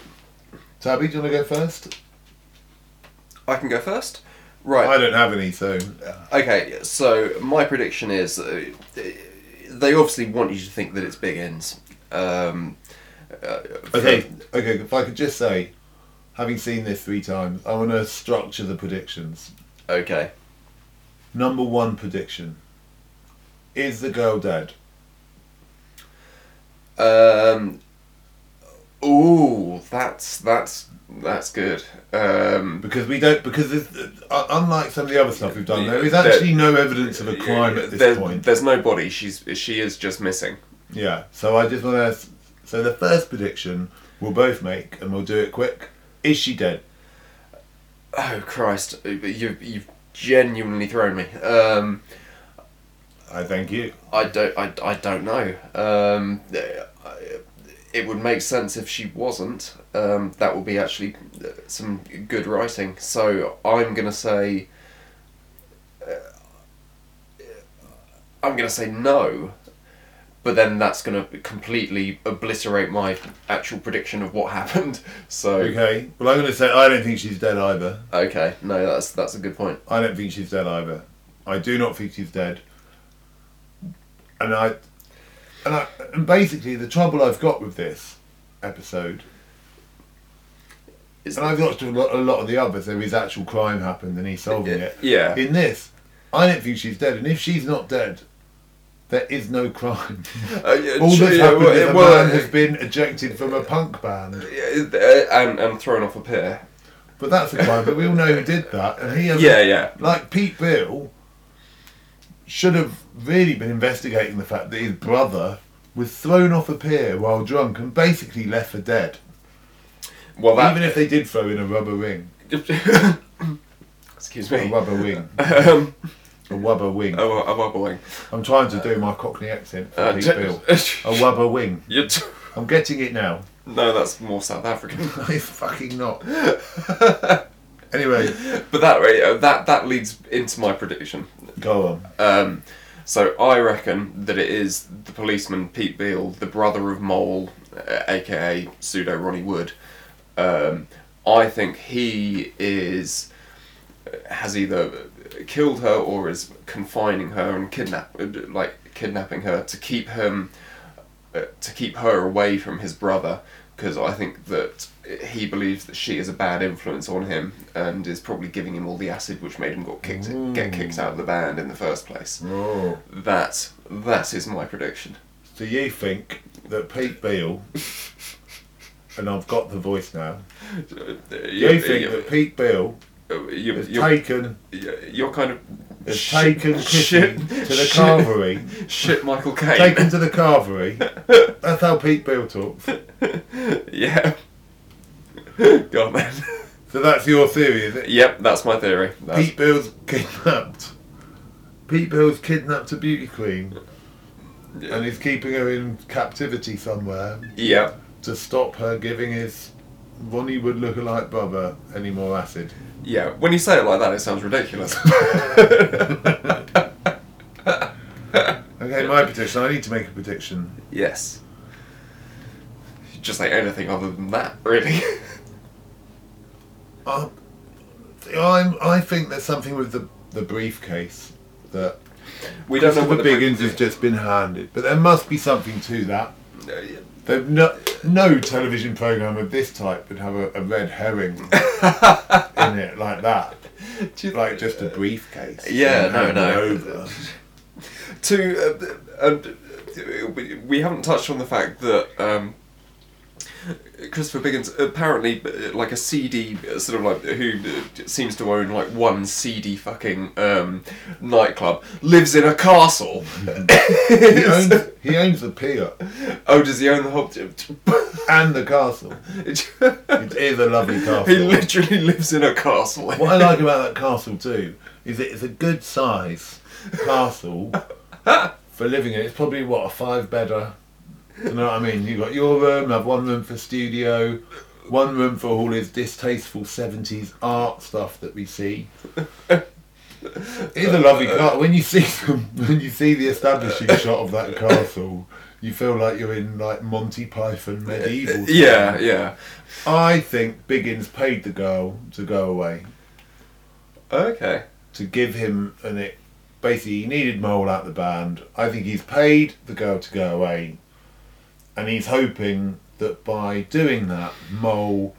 [SPEAKER 4] Tabby, do you want to go first?
[SPEAKER 3] I can go first.
[SPEAKER 4] I
[SPEAKER 3] Right.
[SPEAKER 4] don't have any, so uh,
[SPEAKER 3] Okay. So my prediction is uh, they obviously want you to think that it's big ends. Um, uh,
[SPEAKER 4] okay. Okay. If I could just say, having seen this three times, I want to structure the predictions.
[SPEAKER 3] Okay.
[SPEAKER 4] Number one prediction: Is the girl dead?
[SPEAKER 3] Um, ooh, that's that's that's good. Um,
[SPEAKER 4] Because we don't, because there's- uh, unlike some of the other stuff we've done, there is
[SPEAKER 3] There-
[SPEAKER 4] actually no evidence of a crime at this
[SPEAKER 3] there's,
[SPEAKER 4] point.
[SPEAKER 3] There's no body. She's she is just missing.
[SPEAKER 4] Yeah. So I just want to. So the first prediction we'll both make, and we'll do it quick. Is she dead?
[SPEAKER 3] Oh Christ! You've you've genuinely thrown me. Um,
[SPEAKER 4] I thank you.
[SPEAKER 3] I don't I, I don't know. Um, I- it would make sense if she wasn't. Um, that would be actually uh, some good writing. So I'm gonna say. Uh, I'm gonna say no, but then that's gonna completely obliterate my actual prediction of what happened. So
[SPEAKER 4] Okay. Well, I'm going to say I don't think she's dead either.
[SPEAKER 3] okay, no, that's that's a good point.
[SPEAKER 4] I don't think she's dead either. I do not think she's dead. And I, and I, and basically the trouble I've got with this episode
[SPEAKER 3] Is-
[SPEAKER 4] and I've watched a lot, a lot of the others. There is actual crime happened, and he's solving it.
[SPEAKER 3] Yeah.
[SPEAKER 4] In this, I don't think she's dead, and if she's not dead, there is no crime.
[SPEAKER 3] Uh, yeah,
[SPEAKER 4] All
[SPEAKER 3] true,
[SPEAKER 4] that's
[SPEAKER 3] yeah,
[SPEAKER 4] happened
[SPEAKER 3] well,
[SPEAKER 4] is a
[SPEAKER 3] well,
[SPEAKER 4] man has been ejected from a punk band,
[SPEAKER 3] uh, uh, and and thrown off a pier.
[SPEAKER 4] but that's a crime. But we all know who did that, and he has
[SPEAKER 3] Yeah, yeah.
[SPEAKER 4] like Pete Bill should have really been investigating the fact that his brother was thrown off a pier while drunk and basically left for dead.
[SPEAKER 3] Well, that,
[SPEAKER 4] Even if they did throw in a rubber ring,
[SPEAKER 3] Excuse
[SPEAKER 4] a
[SPEAKER 3] me.
[SPEAKER 4] rubber wing,
[SPEAKER 3] Um,
[SPEAKER 4] a rubber wing.
[SPEAKER 3] a, wa- a wobbling.
[SPEAKER 4] I'm trying to do my Cockney accent for
[SPEAKER 3] Uh,
[SPEAKER 4] Pete
[SPEAKER 3] t-
[SPEAKER 4] Bill. A wubba wing.
[SPEAKER 3] you t-
[SPEAKER 4] I'm getting it now.
[SPEAKER 3] no, that's more South African.
[SPEAKER 4] No, it's fucking not. anyway,
[SPEAKER 3] But that way, uh, that that leads into my prediction.
[SPEAKER 4] go on.
[SPEAKER 3] Um, so I reckon that it is the policeman Pete Beale, the brother of Mole, uh, aka pseudo Ronnie Wood. Um, I think he is uh, has either killed her or is confining her and kidnap like kidnapping her to keep him uh, to keep her away from his brother because I think that he believes that she is a bad influence on him and is probably giving him all the acid which made him got kicked get kicked out of the band in the first place.
[SPEAKER 4] Oh.
[SPEAKER 3] That that is my prediction.
[SPEAKER 4] So you think that Pete Beale, and I've got the voice now,
[SPEAKER 3] You
[SPEAKER 4] you think that Pete Beale is taken,
[SPEAKER 3] you're kind of
[SPEAKER 4] is taken shit, to the carvery,
[SPEAKER 3] Shit, Michael Caine.
[SPEAKER 4] taken to the carvery. That's how Pete Beale talks.
[SPEAKER 3] Yeah. Go on then.
[SPEAKER 4] So that's your theory, is it?
[SPEAKER 3] yep, that's my theory. That's-
[SPEAKER 4] Pete Beale's kidnapped. Pete Beale's kidnapped a beauty queen. And he's keeping her in captivity somewhere
[SPEAKER 3] Yep.
[SPEAKER 4] to stop her giving his Ronnie Wood lookalike brother any more acid.
[SPEAKER 3] Yeah. When you say it like that, it sounds ridiculous.
[SPEAKER 4] Okay, my prediction. I need to make a prediction.
[SPEAKER 3] yes. Just like anything other than that, really.
[SPEAKER 4] I, I'm, I think there's something with the, the briefcase that
[SPEAKER 3] We don't know
[SPEAKER 4] Christopher
[SPEAKER 3] what the
[SPEAKER 4] Biggins has just been handed, but there must be something to that. They've no, no television programme of this type would have a, a red herring in it like that.
[SPEAKER 3] Do you-
[SPEAKER 4] Like just a briefcase.
[SPEAKER 3] Yeah,
[SPEAKER 4] and
[SPEAKER 3] no,
[SPEAKER 4] hand
[SPEAKER 3] no.
[SPEAKER 4] it Over.
[SPEAKER 3] to uh, and uh, we- we haven't touched on the fact that um, Christopher Biggins apparently uh, like a CD uh, sort of like who uh, seems to own like one CD fucking um, nightclub lives in a castle.
[SPEAKER 4] He owns, he owns the pier
[SPEAKER 3] oh, does he own the whole?
[SPEAKER 4] and the castle. It is a lovely castle.
[SPEAKER 3] he literally lives in a castle.
[SPEAKER 4] What I like about that castle too is that it's a good size castle for living in. It's probably what a five bedder. You know what I mean? You've got your room, have one room for studio, one room for all his distasteful seventies art stuff that we see. It's a lovely castle. When you see them, when you see the establishing shot of that castle, you feel like you're in like Monty Python medieval. times.
[SPEAKER 3] Yeah, yeah.
[SPEAKER 4] I think Biggins paid the girl to go away
[SPEAKER 3] Okay.
[SPEAKER 4] to give him an it. Basically, he needed Mole out the band. I think he's paid the girl to go away, and he's hoping that by doing that, Mole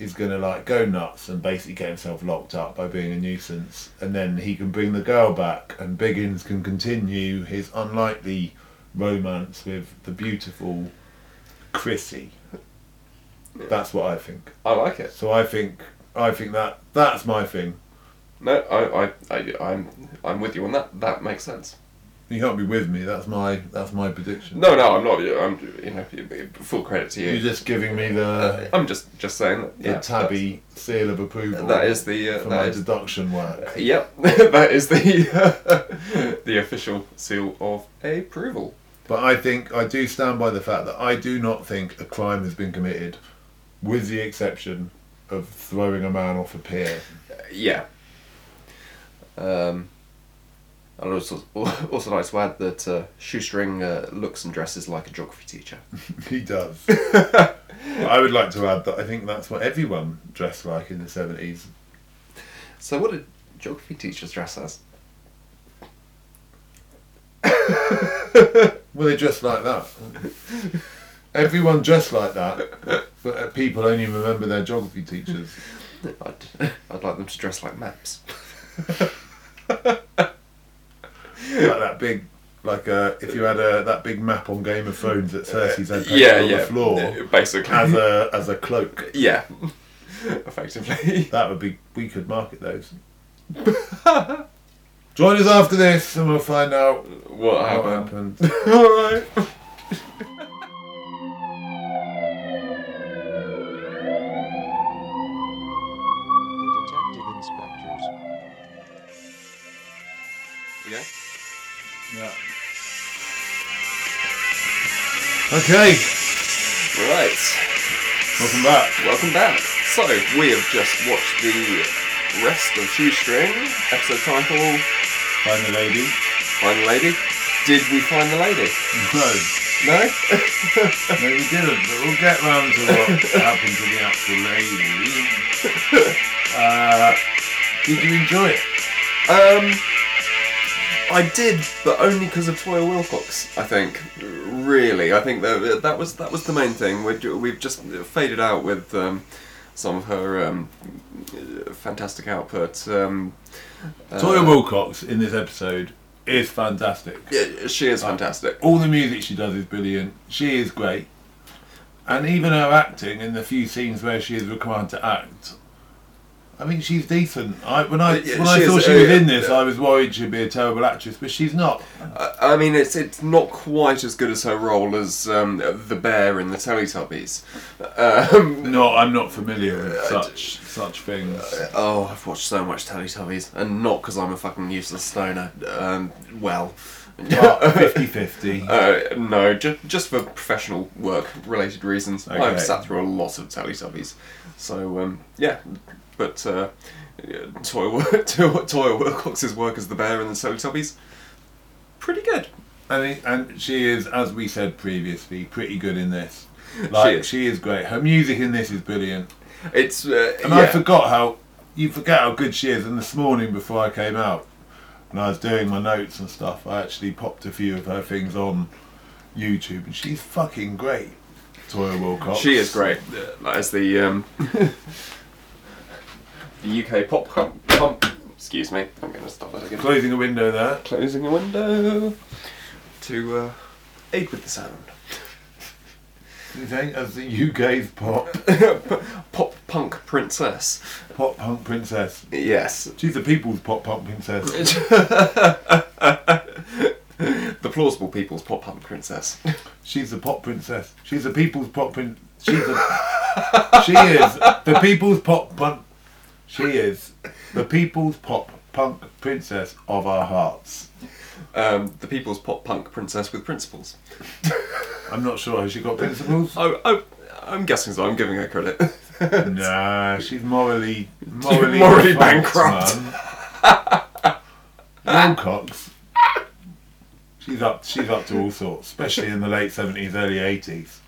[SPEAKER 4] is going to like go nuts and basically get himself locked up by being a nuisance, and then he can bring the girl back, and Biggins can continue his unlikely romance with the beautiful Chrissy. That's what I think.
[SPEAKER 3] I like it.
[SPEAKER 4] So I think I think that that's my thing.
[SPEAKER 3] No, I, I, I, I'm, I'm with you on that. That makes sense.
[SPEAKER 4] You can't be with me. That's my that's my prediction.
[SPEAKER 3] No, no, I'm not. I'm, you know, full credit to you.
[SPEAKER 4] You're just giving me the
[SPEAKER 3] I'm just just saying that.
[SPEAKER 4] the tabby seal of approval.
[SPEAKER 3] That is the. Uh,
[SPEAKER 4] for
[SPEAKER 3] that
[SPEAKER 4] my
[SPEAKER 3] is, Uh,
[SPEAKER 4] deduction work.
[SPEAKER 3] yep. that is the the official seal of approval.
[SPEAKER 4] But I think I do stand by the fact that I do not think a crime has been committed, with the exception of throwing a man off a pier.
[SPEAKER 3] Yeah. Um, I'd also also like to add that uh, shoestring uh, looks and dresses like a geography teacher.
[SPEAKER 4] he does. I would like to add that I think that's what everyone dressed like in the seventies.
[SPEAKER 3] So what did geography teachers dress as?
[SPEAKER 4] Well, they dressed like that. Everyone dressed like that, but uh, people only remember their geography teachers.
[SPEAKER 3] I'd, I'd like them to dress like maps.
[SPEAKER 4] like that big, like uh, if you had a that big map on Game of Thrones that Cersei's had painted on the floor
[SPEAKER 3] Basically.
[SPEAKER 4] as a as a cloak.
[SPEAKER 3] yeah. Effectively.
[SPEAKER 4] That would be we could market those. Join us after this, and we'll find out
[SPEAKER 3] What
[SPEAKER 4] how it
[SPEAKER 3] happened?
[SPEAKER 4] happened.
[SPEAKER 3] All right.
[SPEAKER 2] Detective inspectors.
[SPEAKER 3] Yeah.
[SPEAKER 4] Okay,
[SPEAKER 3] Right,
[SPEAKER 4] welcome back.
[SPEAKER 3] welcome back. So, we have just watched the rest of Shoestring, episode title,
[SPEAKER 4] Find the lady.
[SPEAKER 3] Find the Lady. Did we find the lady?
[SPEAKER 4] No,
[SPEAKER 3] No?
[SPEAKER 4] no, we didn't. But we'll get round to what happened to the actual lady. Uh, did you enjoy it?
[SPEAKER 3] um, I did, but only because of Toya Wilcox, I think. Really, I think that, that was that was the main thing. We're, ju- we've just faded out with um, some of her um, fantastic output. Um,
[SPEAKER 4] Toya Wilcox in this episode is fantastic.
[SPEAKER 3] yeah, she is fantastic.
[SPEAKER 4] All the music she does is brilliant. She is great. And even her acting in the few scenes where she is required to act, I think she's decent. I, when I
[SPEAKER 3] Yeah,
[SPEAKER 4] when I
[SPEAKER 3] she
[SPEAKER 4] saw
[SPEAKER 3] is,
[SPEAKER 4] she
[SPEAKER 3] uh,
[SPEAKER 4] was in this, I was worried she'd be a terrible actress, but she's not.
[SPEAKER 3] I mean, it's it's not quite as good as her role as um, the bear in the Teletubbies. Um,
[SPEAKER 4] No, I'm not familiar with such such things.
[SPEAKER 3] oh, I've watched so much Teletubbies, and not because I'm a fucking useless stoner. Um, well,
[SPEAKER 4] But 50-50.
[SPEAKER 3] uh, no, ju- just for professional work-related reasons.
[SPEAKER 4] Okay.
[SPEAKER 3] I've sat through a lot of Teletubbies, so um, yeah. But uh, yeah, Toy Toy Wilcox's work as the bear in the Teletubbies, pretty good.
[SPEAKER 4] And, it- and she is, as we said previously, pretty good in this. Like she
[SPEAKER 3] is.
[SPEAKER 4] is, great. Her music in this is brilliant.
[SPEAKER 3] It's uh,
[SPEAKER 4] And I
[SPEAKER 3] yeah.
[SPEAKER 4] forgot how you forget how good she is. And this morning before I came out, when I was doing my notes and stuff, I actually popped a few of her things on YouTube, and she's fucking great. Toya Wilcox.
[SPEAKER 3] She is great uh, as the um, the UK pop com- com- Excuse me, I'm going to stop that again.
[SPEAKER 4] Closing a window there.
[SPEAKER 3] Closing a window to uh, aid with the sound.
[SPEAKER 4] It ain't as the UK's pop
[SPEAKER 3] pop punk princess.
[SPEAKER 4] pop punk princess.
[SPEAKER 3] Yes.
[SPEAKER 4] She's the people's pop punk princess.
[SPEAKER 3] The plausible people's pop punk princess.
[SPEAKER 4] She's the pop princess. She's the people's pop prin. She's the. she is the people's pop punk. She is the people's pop punk princess of our hearts.
[SPEAKER 3] Um, the people's pop punk princess with principles.
[SPEAKER 4] I'm not sure. Has she got principles?
[SPEAKER 3] Oh, oh, I'm guessing so. I'm giving her credit.
[SPEAKER 4] nah, she's morally morally,
[SPEAKER 3] Morally
[SPEAKER 4] defunct, man. Wilcox. She's up. She's up to all sorts, especially in the late seventies, early eighties.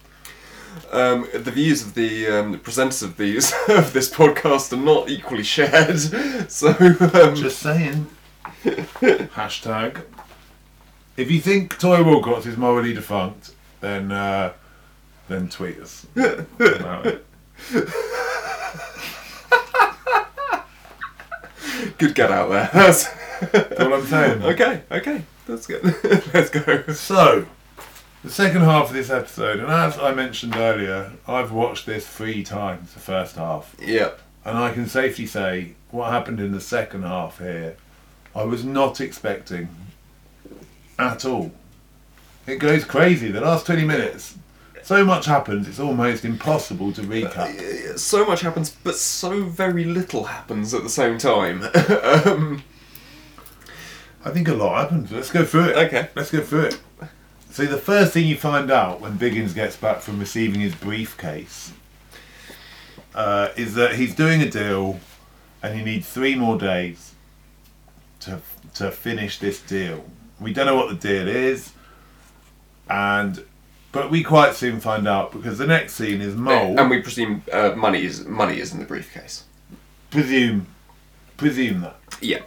[SPEAKER 3] Um, the views of the um, presenters of these of this podcast are not equally shared, so um,
[SPEAKER 4] Just saying. Hashtag. If you think Toy Wilcox is morally defunct, then uh, then tweet us. about it.
[SPEAKER 3] good get out there. That's-
[SPEAKER 4] That's all I'm saying.
[SPEAKER 3] okay, okay, that's good. Let's go.
[SPEAKER 4] So, the second half of this episode, and as I mentioned earlier, I've watched this three times, the first half.
[SPEAKER 3] Yep.
[SPEAKER 4] And I can safely say what happened in the second half here, I was not expecting at all. It goes crazy, the last 20 minutes. So much happens, it's almost impossible to recap.
[SPEAKER 3] So much happens, but so very little happens at the same time. um,
[SPEAKER 4] I think a lot happens. Let's go through it.
[SPEAKER 3] Okay.
[SPEAKER 4] Let's go through it. So, the first thing you find out when Biggins gets back from receiving his briefcase uh, is that he's doing a deal and he needs three more days to, to finish this deal. We don't know what the deal is, and but we quite soon find out because the next scene is Mole.
[SPEAKER 3] and we presume uh, money is money is in the briefcase.
[SPEAKER 4] presume, presume that.
[SPEAKER 3] Yeah.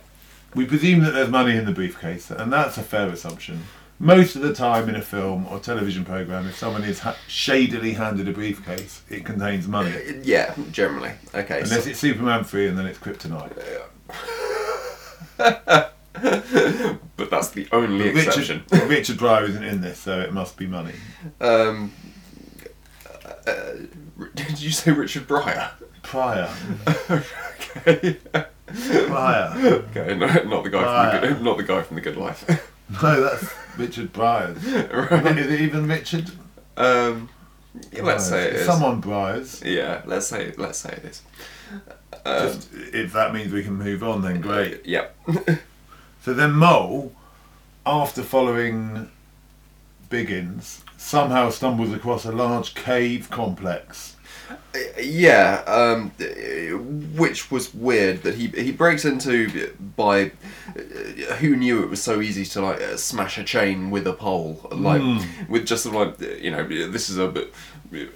[SPEAKER 4] We presume that there's money in the briefcase, and that's a fair assumption. Most of the time in a film or television programme, if someone is ha- shadily handed a briefcase, it contains money.
[SPEAKER 3] Yeah, generally. Okay. so-
[SPEAKER 4] Unless it's Superman 3 and then it's Kryptonite.
[SPEAKER 3] but that's the only exception.
[SPEAKER 4] Richard, Richard Pryor isn't in this, so it must be money.
[SPEAKER 3] Um, uh, did you say Richard Pryor?
[SPEAKER 4] Pryor.
[SPEAKER 3] okay.
[SPEAKER 4] Pryor.
[SPEAKER 3] Okay, no, not the guy from the good, not the guy from the Good Life.
[SPEAKER 4] No, that's Richard Pryor's.
[SPEAKER 3] right.
[SPEAKER 4] Is it even Richard?
[SPEAKER 3] Um, yeah, let's say it is.
[SPEAKER 4] Someone Pryor's.
[SPEAKER 3] Yeah, let's say let's say it is. Um,
[SPEAKER 4] Just, if that means we can move on, then great.
[SPEAKER 3] Yep.
[SPEAKER 4] So then Mole, after following Biggins, somehow stumbles across a large cave complex.
[SPEAKER 3] Yeah, um, uh, which was weird that he he breaks into by uh, who knew it was so easy to like uh, smash a chain with a pole like
[SPEAKER 4] Hmm.
[SPEAKER 3] with just sort of like you know this is a bit-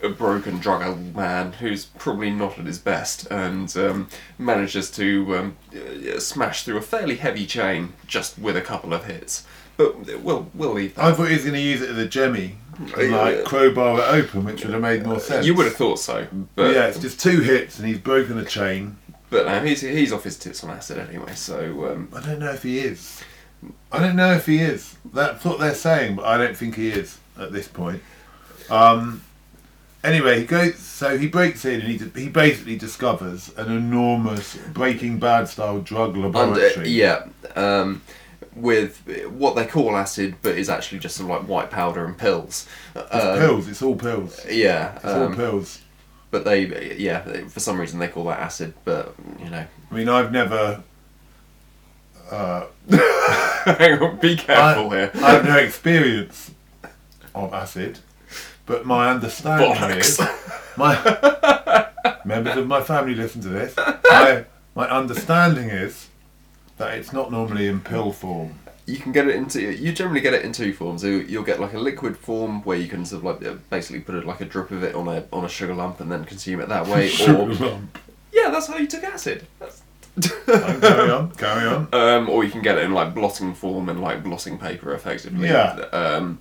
[SPEAKER 3] a broken drug man who's probably not at his best and um, manages to um, uh, smash through a fairly heavy chain just with a couple of hits. But we'll we'll leave that.
[SPEAKER 4] I thought he was going to use it as a jemmy, and,
[SPEAKER 3] Oh, Yeah.
[SPEAKER 4] like crowbar it open, which would have made more sense.
[SPEAKER 3] You would have thought so, but
[SPEAKER 4] But yeah, it's just two hits and he's broken a chain.
[SPEAKER 3] but um, he's he's off his tits on acid anyway, so. Um,
[SPEAKER 4] I don't know if he is. I don't know if he is. That's what they're saying, but I don't think he is at this point. Um, anyway, he goes. So he breaks in, and he, d- he basically discovers an enormous Breaking Bad style drug
[SPEAKER 3] Under,
[SPEAKER 4] laboratory.
[SPEAKER 3] uh, yeah, um, with what they call acid, but is actually just sort of like white powder and pills.
[SPEAKER 4] It's
[SPEAKER 3] Uh,
[SPEAKER 4] pills. It's all pills.
[SPEAKER 3] Yeah,
[SPEAKER 4] It's all
[SPEAKER 3] um,
[SPEAKER 4] pills.
[SPEAKER 3] but they, yeah, they- for some reason they call that acid, but you know.
[SPEAKER 4] I mean, I've never. Uh,
[SPEAKER 3] Hang on, be careful
[SPEAKER 4] I,
[SPEAKER 3] here.
[SPEAKER 4] I have no experience of acid, but my understanding is my members of my family listen to this. My, my understanding is that it's not normally in pill form.
[SPEAKER 3] You can get it into, you generally get it in two forms. You- You'll get like a liquid form where you can sort of like uh, basically put it like a drip of it on a on a sugar lump and then consume it that way. or yeah, that's how you took acid. That's
[SPEAKER 4] carry on, carry on.
[SPEAKER 3] Um, or you can get it in like blotting form and like blotting paper, effectively.
[SPEAKER 4] Yeah.
[SPEAKER 3] Um,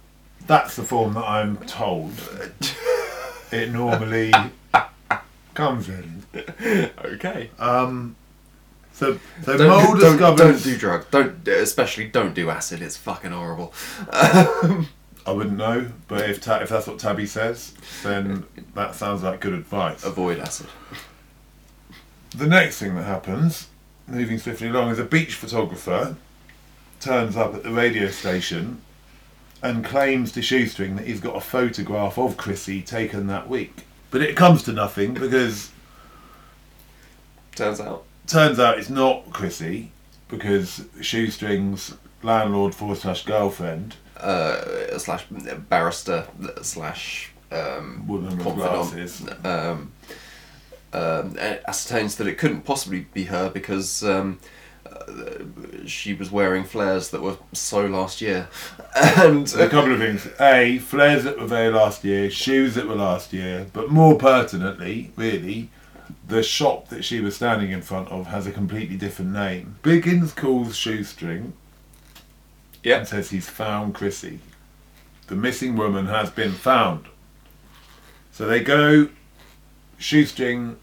[SPEAKER 4] That's the form that I'm told. it normally comes in.
[SPEAKER 3] Okay.
[SPEAKER 4] Um, so so
[SPEAKER 5] Don't,
[SPEAKER 4] Mole
[SPEAKER 5] don't,
[SPEAKER 4] discovers.
[SPEAKER 5] don't do drugs. Don't especially don't do acid. It's fucking horrible.
[SPEAKER 4] I wouldn't know, but if ta- if that's what Tabby says, then that sounds like good advice.
[SPEAKER 5] Avoid acid.
[SPEAKER 4] The next thing that happens, moving swiftly along, is a beach photographer turns up at the radio station and claims to Shoestring that he's got a photograph of Chrissy taken that week. But it comes to nothing because
[SPEAKER 3] Turns out.
[SPEAKER 4] turns out it's not Chrissy because Shoestring's landlord forward slash girlfriend
[SPEAKER 5] Uh, slash barrister uh, slash um,
[SPEAKER 4] Woman with glasses.
[SPEAKER 5] confidant um, um, a- ascertains that it couldn't possibly be her because um, uh, she was wearing flares that were so last year, and
[SPEAKER 4] So a couple of things. A, flares that were there last year, shoes that were last year, but more pertinently, really, the shop that she was standing in front of has a completely different name. Biggins calls Shoestring
[SPEAKER 3] Yeah.
[SPEAKER 4] and says he's found Chrissy. The missing woman has been found. So they go, Shoestring.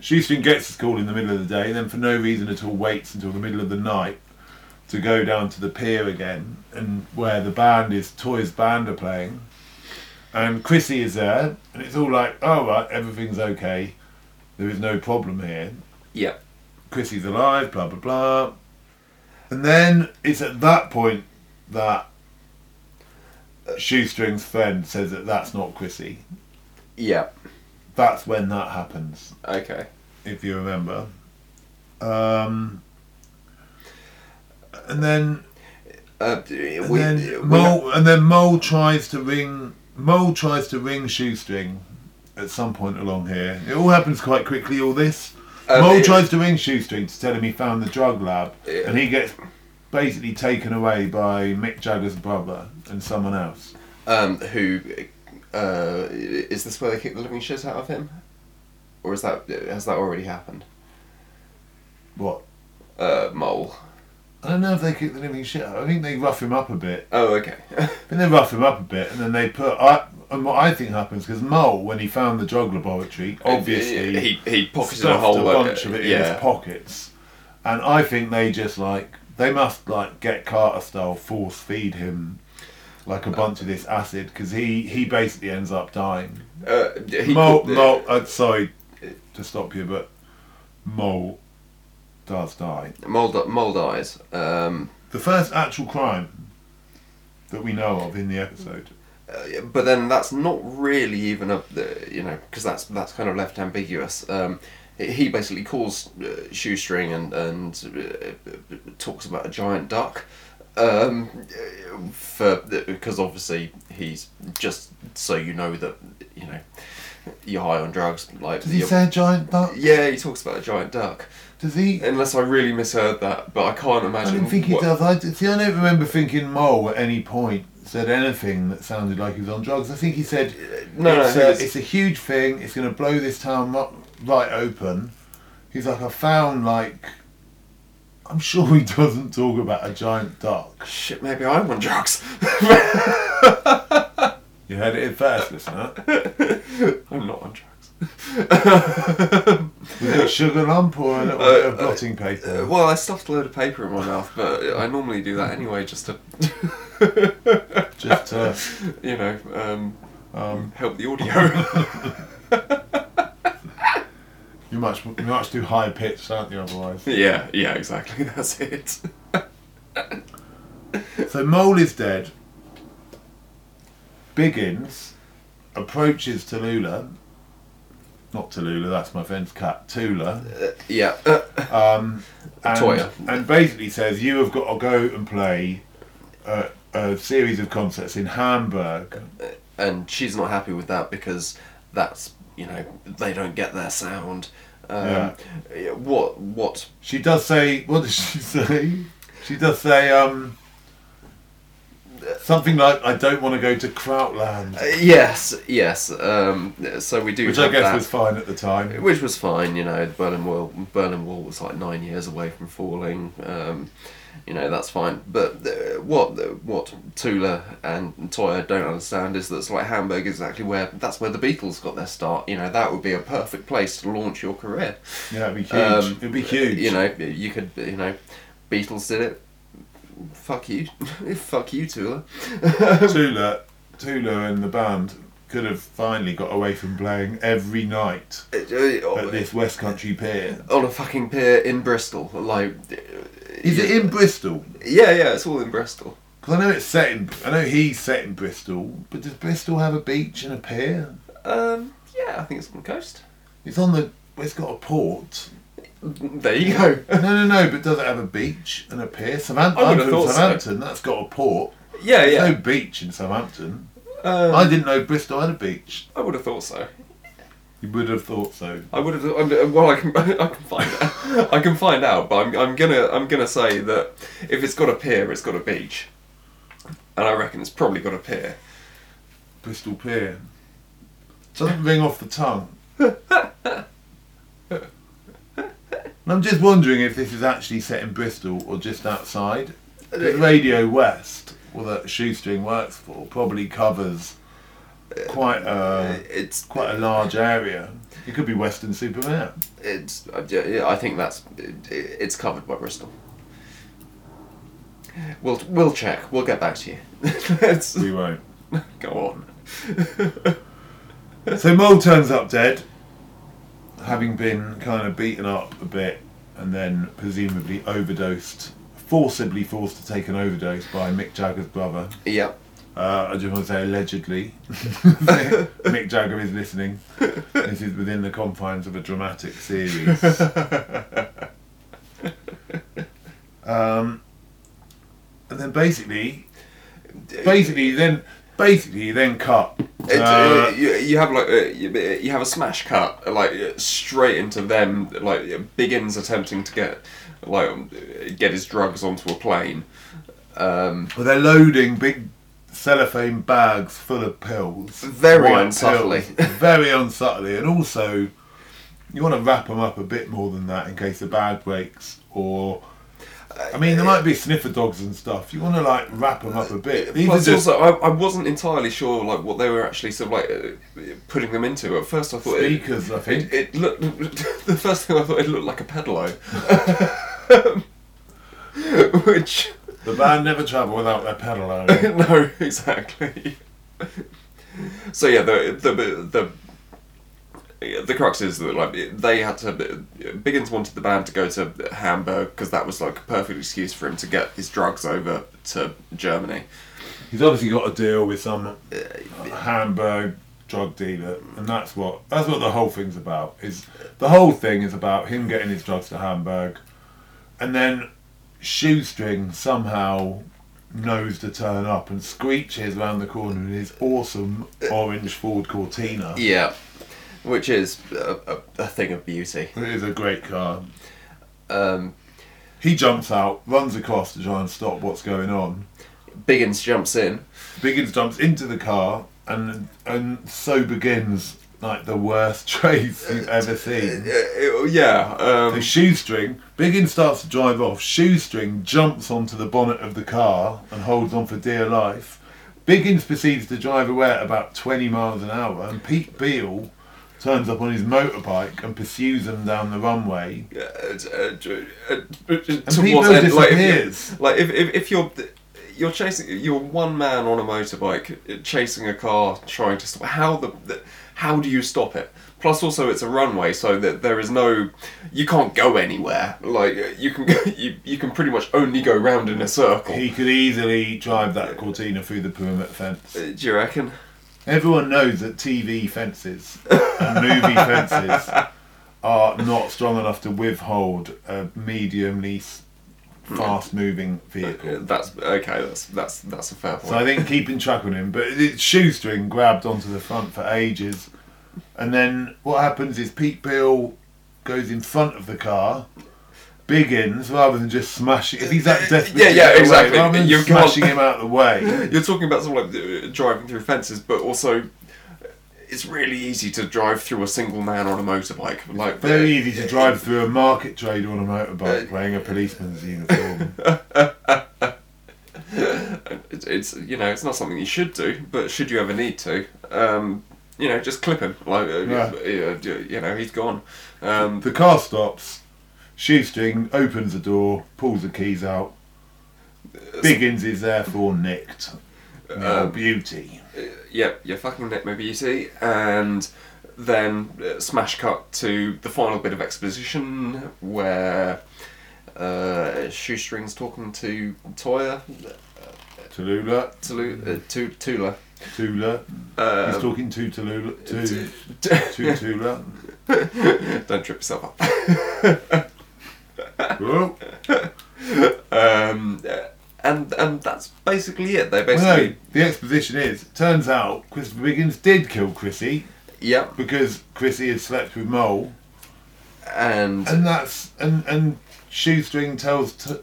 [SPEAKER 4] Shoestring gets his call in the middle of the day, then for no reason at all waits until the middle of the night to go down to the pier again and where the band is Toys Band are playing. And Chrissy is there and it's all like, oh right, everything's okay. There is no problem here.
[SPEAKER 5] uh,
[SPEAKER 3] Yeah.
[SPEAKER 4] Chrissy's alive, blah blah blah. And then it's at that point that Shoestring's friend says that that's not Chrissy.
[SPEAKER 3] Yeah.
[SPEAKER 4] That's when that happens,
[SPEAKER 3] Okay.
[SPEAKER 4] if you remember. Um, and then
[SPEAKER 3] Uh, we,
[SPEAKER 4] And
[SPEAKER 3] we-
[SPEAKER 4] then Mole, and then Mole tries to ring Mole tries to ring Shoestring at some point along here. It all happens quite quickly. All this.
[SPEAKER 3] Um,
[SPEAKER 4] Mole
[SPEAKER 3] it-
[SPEAKER 4] tries to ring Shoestring to tell him he found the drug lab,
[SPEAKER 3] Yeah.
[SPEAKER 4] and he gets basically taken away by Mick Jagger's brother and someone else.
[SPEAKER 3] um, who uh, is this where they kick the living shit out of him, or is that has that already happened?
[SPEAKER 4] What?
[SPEAKER 3] Uh, mole.
[SPEAKER 4] I don't know if they kick the living shit out. I think they rough him up a bit.
[SPEAKER 3] Oh, okay.
[SPEAKER 4] Then they rough him up a bit, and then they put. I, and what I think happens because Mole, when he found the drug laboratory,
[SPEAKER 3] Oh,
[SPEAKER 4] obviously
[SPEAKER 3] he he pocketed a
[SPEAKER 4] stuffed
[SPEAKER 3] whole
[SPEAKER 4] a
[SPEAKER 3] load.
[SPEAKER 4] bunch of it in
[SPEAKER 3] yeah.
[SPEAKER 4] his pockets, and I think they just like they must like get Carter style force feed him like a
[SPEAKER 3] Uh,
[SPEAKER 4] bunch of this acid because he he basically ends up dying.
[SPEAKER 3] uh, he
[SPEAKER 4] Mole,
[SPEAKER 3] put-
[SPEAKER 4] Mole, uh, sorry to stop you, but Mole does die.
[SPEAKER 3] Mole, di- Mole dies. Um,
[SPEAKER 4] The first actual crime that we know of in the episode.
[SPEAKER 3] uh, but then that's not really even a the- you know because that's that's kind of left ambiguous. Um, he basically calls uh, shoestring and and uh, talks about a giant duck. Um, for because obviously he's just so you know that you know you're high on drugs. Like
[SPEAKER 4] Does he
[SPEAKER 3] you're-
[SPEAKER 4] say a giant duck?
[SPEAKER 3] yeah, he talks about a giant duck.
[SPEAKER 4] Does he?
[SPEAKER 3] Unless I really misheard that, but I can't
[SPEAKER 4] I
[SPEAKER 3] imagine.
[SPEAKER 4] don't think he
[SPEAKER 3] what-
[SPEAKER 4] does. I see. I don't remember thinking Mole at any point said anything that sounded like he was on drugs. I think he said,
[SPEAKER 3] No, no,
[SPEAKER 4] it's,
[SPEAKER 3] he
[SPEAKER 4] a,
[SPEAKER 3] was-
[SPEAKER 4] it's a huge thing. It's going to blow this town ru- right open." He's like, "I found like." I'm sure he doesn't talk about a giant duck.
[SPEAKER 3] Shit, maybe I'm on drugs.
[SPEAKER 4] You heard it here first, listener.
[SPEAKER 3] I'm not on drugs.
[SPEAKER 4] Was it a sugar lump or a little bit of blotting paper?
[SPEAKER 3] Uh, well, I stuffed a load of paper in my mouth, but I normally do that anyway, just to,
[SPEAKER 4] Just uh,
[SPEAKER 3] you know, um,
[SPEAKER 4] um,
[SPEAKER 3] help the audio.
[SPEAKER 4] you're much you're much too high pitched, aren't you? Otherwise.
[SPEAKER 3] yeah, yeah, exactly. That's it.
[SPEAKER 4] So Mole is dead. Biggins approaches Tallulah. Not Tallulah, that's my friend's cat, Tula.
[SPEAKER 3] Yeah. Uh,
[SPEAKER 4] Um, and,
[SPEAKER 3] Toya.
[SPEAKER 4] and basically says, You have got to go and play a, a series of concerts in Hamburg.
[SPEAKER 3] and she's not happy with that because that's you know they don't get their sound. Um, yeah, What what?
[SPEAKER 4] She does say, What does she say? She does say, um, Something like I don't want to go to Krautland,
[SPEAKER 3] Uh, yes, yes. Um, so we do.
[SPEAKER 4] which I
[SPEAKER 3] have
[SPEAKER 4] guess
[SPEAKER 3] that.
[SPEAKER 4] was fine at the time.
[SPEAKER 3] which was fine, you know. The Berlin Wall, Berlin Wall was like nine years away from falling. Um, you know that's fine, but uh, what what Tula and Toya don't understand is that's like Hamburg is exactly where that's where the Beatles got their start. You know that would be a perfect place to launch your career.
[SPEAKER 4] Yeah, it'd be huge.
[SPEAKER 3] Um,
[SPEAKER 4] it'd be huge.
[SPEAKER 3] You know you could you know Beatles did it. Fuck you, fuck you, Tula.
[SPEAKER 4] Tula, Tula and the band could have finally got away from playing every night
[SPEAKER 3] Uh,
[SPEAKER 4] at this West Country pier.
[SPEAKER 3] on a fucking pier in Bristol, like.
[SPEAKER 4] Is it in Bristol?
[SPEAKER 3] Yeah, yeah, it's all in Bristol.
[SPEAKER 4] Because I know it's set in. I know he's set in Bristol, but does Bristol have a beach and a pier?
[SPEAKER 3] Um, yeah, I think it's on the coast.
[SPEAKER 4] It's on the. It's got a port.
[SPEAKER 3] There you go.
[SPEAKER 4] No, no, no. But does it have a beach and a pier? Southampton.
[SPEAKER 3] I
[SPEAKER 4] I'm
[SPEAKER 3] would've
[SPEAKER 4] from
[SPEAKER 3] thought so.
[SPEAKER 4] Southampton. That's got a port.
[SPEAKER 3] Yeah,
[SPEAKER 4] There's
[SPEAKER 3] yeah.
[SPEAKER 4] no beach in Southampton.
[SPEAKER 3] Um,
[SPEAKER 4] I didn't know Bristol had a beach.
[SPEAKER 3] I would have thought so.
[SPEAKER 4] You would have thought so.
[SPEAKER 3] I would have. I'm, uh, well, I can. I can find out. I can find out. But I'm, I'm gonna. I'm gonna say that if it's got a pier, it's got a beach, and I reckon it's probably got a pier.
[SPEAKER 4] Bristol Pier. Doesn't ring off the tongue. And I'm just wondering if this is actually set in Bristol or just outside. 'Cause Radio West, well, that Shoestring works for, probably covers quite
[SPEAKER 3] Uh,
[SPEAKER 4] a
[SPEAKER 3] It's
[SPEAKER 4] quite a large area. It could be Western Supermare.
[SPEAKER 3] it's. I- Yeah, I think that's. It, it's covered by Bristol. We'll we'll check. We'll get back to you. Let's
[SPEAKER 4] We won't.
[SPEAKER 3] go on.
[SPEAKER 4] So Mole turns up dead, having been kind of beaten up a bit and then presumably overdosed, forcibly forced to take an overdose by Mick Jagger's brother.
[SPEAKER 3] Yep.
[SPEAKER 4] Uh, I just want to say allegedly. Mick Jagger is listening. This is within the confines of a dramatic series. um, and then basically, basically then, basically then cut.
[SPEAKER 3] It,
[SPEAKER 4] Uh,
[SPEAKER 3] uh, you, you have like uh, you, you have a smash cut like uh, straight into them like begins attempting to get like um, get his drugs onto a plane. Um,
[SPEAKER 4] Well, they're loading big cellophane bags full of pills.
[SPEAKER 3] Very
[SPEAKER 4] White
[SPEAKER 3] unsubtly.
[SPEAKER 4] pills. very unsubtly. And also, you want to wrap them up a bit more than that in case the bag breaks or. I mean, there might be sniffer dogs and stuff. You want to like wrap them up a bit. These
[SPEAKER 3] plus,
[SPEAKER 4] are just
[SPEAKER 3] also, I, I wasn't entirely sure like what they were actually sort of like uh, putting them into. At first, I thought it-
[SPEAKER 4] speakers, I think.
[SPEAKER 3] It, looked the first thing I thought it looked like a pedalo, which
[SPEAKER 4] The band never travel without their pedal on.
[SPEAKER 3] no, exactly. so yeah, the the the the crux is that like they had to Biggins wanted the band to go to Hamburg because that was like a perfect excuse for him to get his drugs over to Germany.
[SPEAKER 4] He's obviously got a deal with some uh, Hamburg drug dealer, and that's what that's what the whole thing's about. Is the whole thing is about him getting his drugs to Hamburg, and then shoestring somehow knows to turn up and screeches round the corner in his awesome orange Ford Cortina.
[SPEAKER 3] Yeah, which is a, a, a thing of beauty.
[SPEAKER 4] It is a great car.
[SPEAKER 3] Um,
[SPEAKER 4] He jumps out, runs across to try and stop what's going on.
[SPEAKER 3] Biggins jumps in.
[SPEAKER 4] Biggins jumps into the car, and and so begins like the worst chase you've ever seen.
[SPEAKER 3] Uh, yeah, um,
[SPEAKER 4] So shoestring, Biggin starts to drive off. Shoestring jumps onto the bonnet of the car and holds on for dear life. Biggins proceeds to drive away at about 20 miles an hour, and Pete Beale turns up on his motorbike and pursues them down the runway.
[SPEAKER 3] uh, uh, uh,
[SPEAKER 4] And
[SPEAKER 3] towards
[SPEAKER 4] Pete Beale
[SPEAKER 3] end, like, if you-
[SPEAKER 4] disappears.
[SPEAKER 3] Like if, if, if you're you're chasing you're one man on a motorbike uh, chasing a car trying to stop how the, the how do you stop it? Plus also it's a runway so that there is no you can't go anywhere. Like uh, you can you, you can pretty much only go round in a circle.
[SPEAKER 4] He could easily drive that Cortina through the perimeter fence.
[SPEAKER 3] Uh, do you reckon?
[SPEAKER 4] Everyone knows that TV fences and movie fences are not strong enough to withhold a mediumly fast moving
[SPEAKER 3] Uh,
[SPEAKER 4] vehicle.
[SPEAKER 3] That's okay. That's that's that's a fair point.
[SPEAKER 4] So I think keeping track on him, but it's shoestring grabbed onto the front for ages, and then what happens is Pete Bill goes in front of the car, Biggins, rather than just smashing, if he's that desperate,
[SPEAKER 3] Yeah, yeah,
[SPEAKER 4] to get away,
[SPEAKER 3] exactly.
[SPEAKER 4] rather than
[SPEAKER 3] You can't-
[SPEAKER 4] smashing him out of the way.
[SPEAKER 3] You're talking about something like uh, driving through fences, but also it's really easy to drive through a single man on a motorbike. Like
[SPEAKER 4] Very
[SPEAKER 3] uh,
[SPEAKER 4] easy to drive through a market trader on a motorbike wearing a policeman's uniform.
[SPEAKER 3] It's, it's you know it's not something you should do, but should you ever need to, um, you know, just clip him. Like uh,
[SPEAKER 4] Yeah.
[SPEAKER 3] uh, you know, he's gone. Um,
[SPEAKER 4] The car stops. Shoestring opens the door, pulls the keys out. Biggins is therefore nicked. Now, beauty.
[SPEAKER 3] Yep, you're fucking Nick Mobility, and then uh, smash cut to the final bit of exposition where uh, Shoestring's talking to Toya,
[SPEAKER 4] Tallulah,
[SPEAKER 3] Tulu, uh, to Tula.
[SPEAKER 4] Tula. He's
[SPEAKER 3] Uh,
[SPEAKER 4] talking to Tallulah. To,
[SPEAKER 3] t-
[SPEAKER 4] to Tula.
[SPEAKER 3] don't trip yourself up.
[SPEAKER 4] Oh, Well,
[SPEAKER 3] Um, uh, and and that's basically it. They basically.
[SPEAKER 4] no, the exposition is turns out Christopher Biggins did kill Chrissy
[SPEAKER 3] Yep,
[SPEAKER 4] because Chrissy had slept with Mole.
[SPEAKER 3] and
[SPEAKER 4] And that's. And, and Shoestring tells t-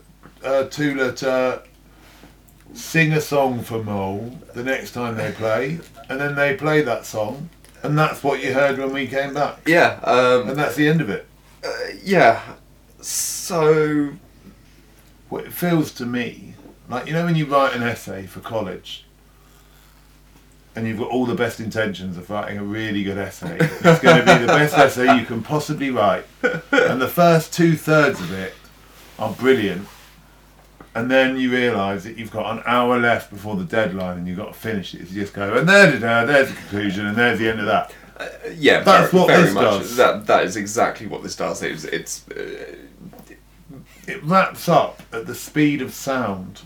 [SPEAKER 4] uh, Tula to sing a song for Mole the next time they play. And then they play that song. And that's what you heard when we came back.
[SPEAKER 3] yeah, um, uh,
[SPEAKER 4] And that's the end of it.
[SPEAKER 3] yeah. So
[SPEAKER 4] What it feels to me, like, you know, when you write an essay for college and you've got all the best intentions of writing a really good essay, it's going to be the best essay you can possibly write. And the first two thirds of it are brilliant. And then you realise that you've got an hour left before the deadline and you've got to finish it. You just go, and there, there, there's the conclusion, and there's the end of that.
[SPEAKER 3] Yeah,
[SPEAKER 4] That's
[SPEAKER 3] very,
[SPEAKER 4] what
[SPEAKER 3] very
[SPEAKER 4] this
[SPEAKER 3] much.
[SPEAKER 4] does.
[SPEAKER 3] That that is exactly what this does. It's it's uh,
[SPEAKER 4] it wraps up at the speed of sound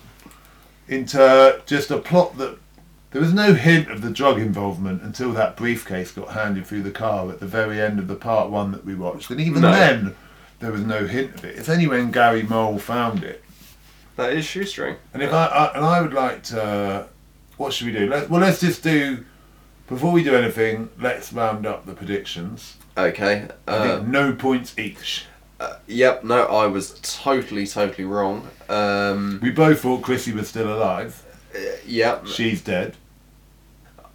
[SPEAKER 4] into just a plot that there was no hint of the drug involvement until that briefcase got handed through the car at the very end of the part one that we watched, and even
[SPEAKER 3] No.
[SPEAKER 4] then there was no hint of it. It's only when Gary Mole found it,
[SPEAKER 3] that is shoestring.
[SPEAKER 4] and if I, I and I would like to, what should we do? Let, well, let's just do. Before we do anything, let's round up the predictions.
[SPEAKER 5] Okay.
[SPEAKER 4] I
[SPEAKER 3] um,
[SPEAKER 5] Uh,
[SPEAKER 4] think no points each.
[SPEAKER 3] uh,
[SPEAKER 5] yep. No, I was totally, totally wrong. Um,
[SPEAKER 4] We both thought Chrissy was still alive.
[SPEAKER 3] uh,
[SPEAKER 5] yep.
[SPEAKER 4] She's dead.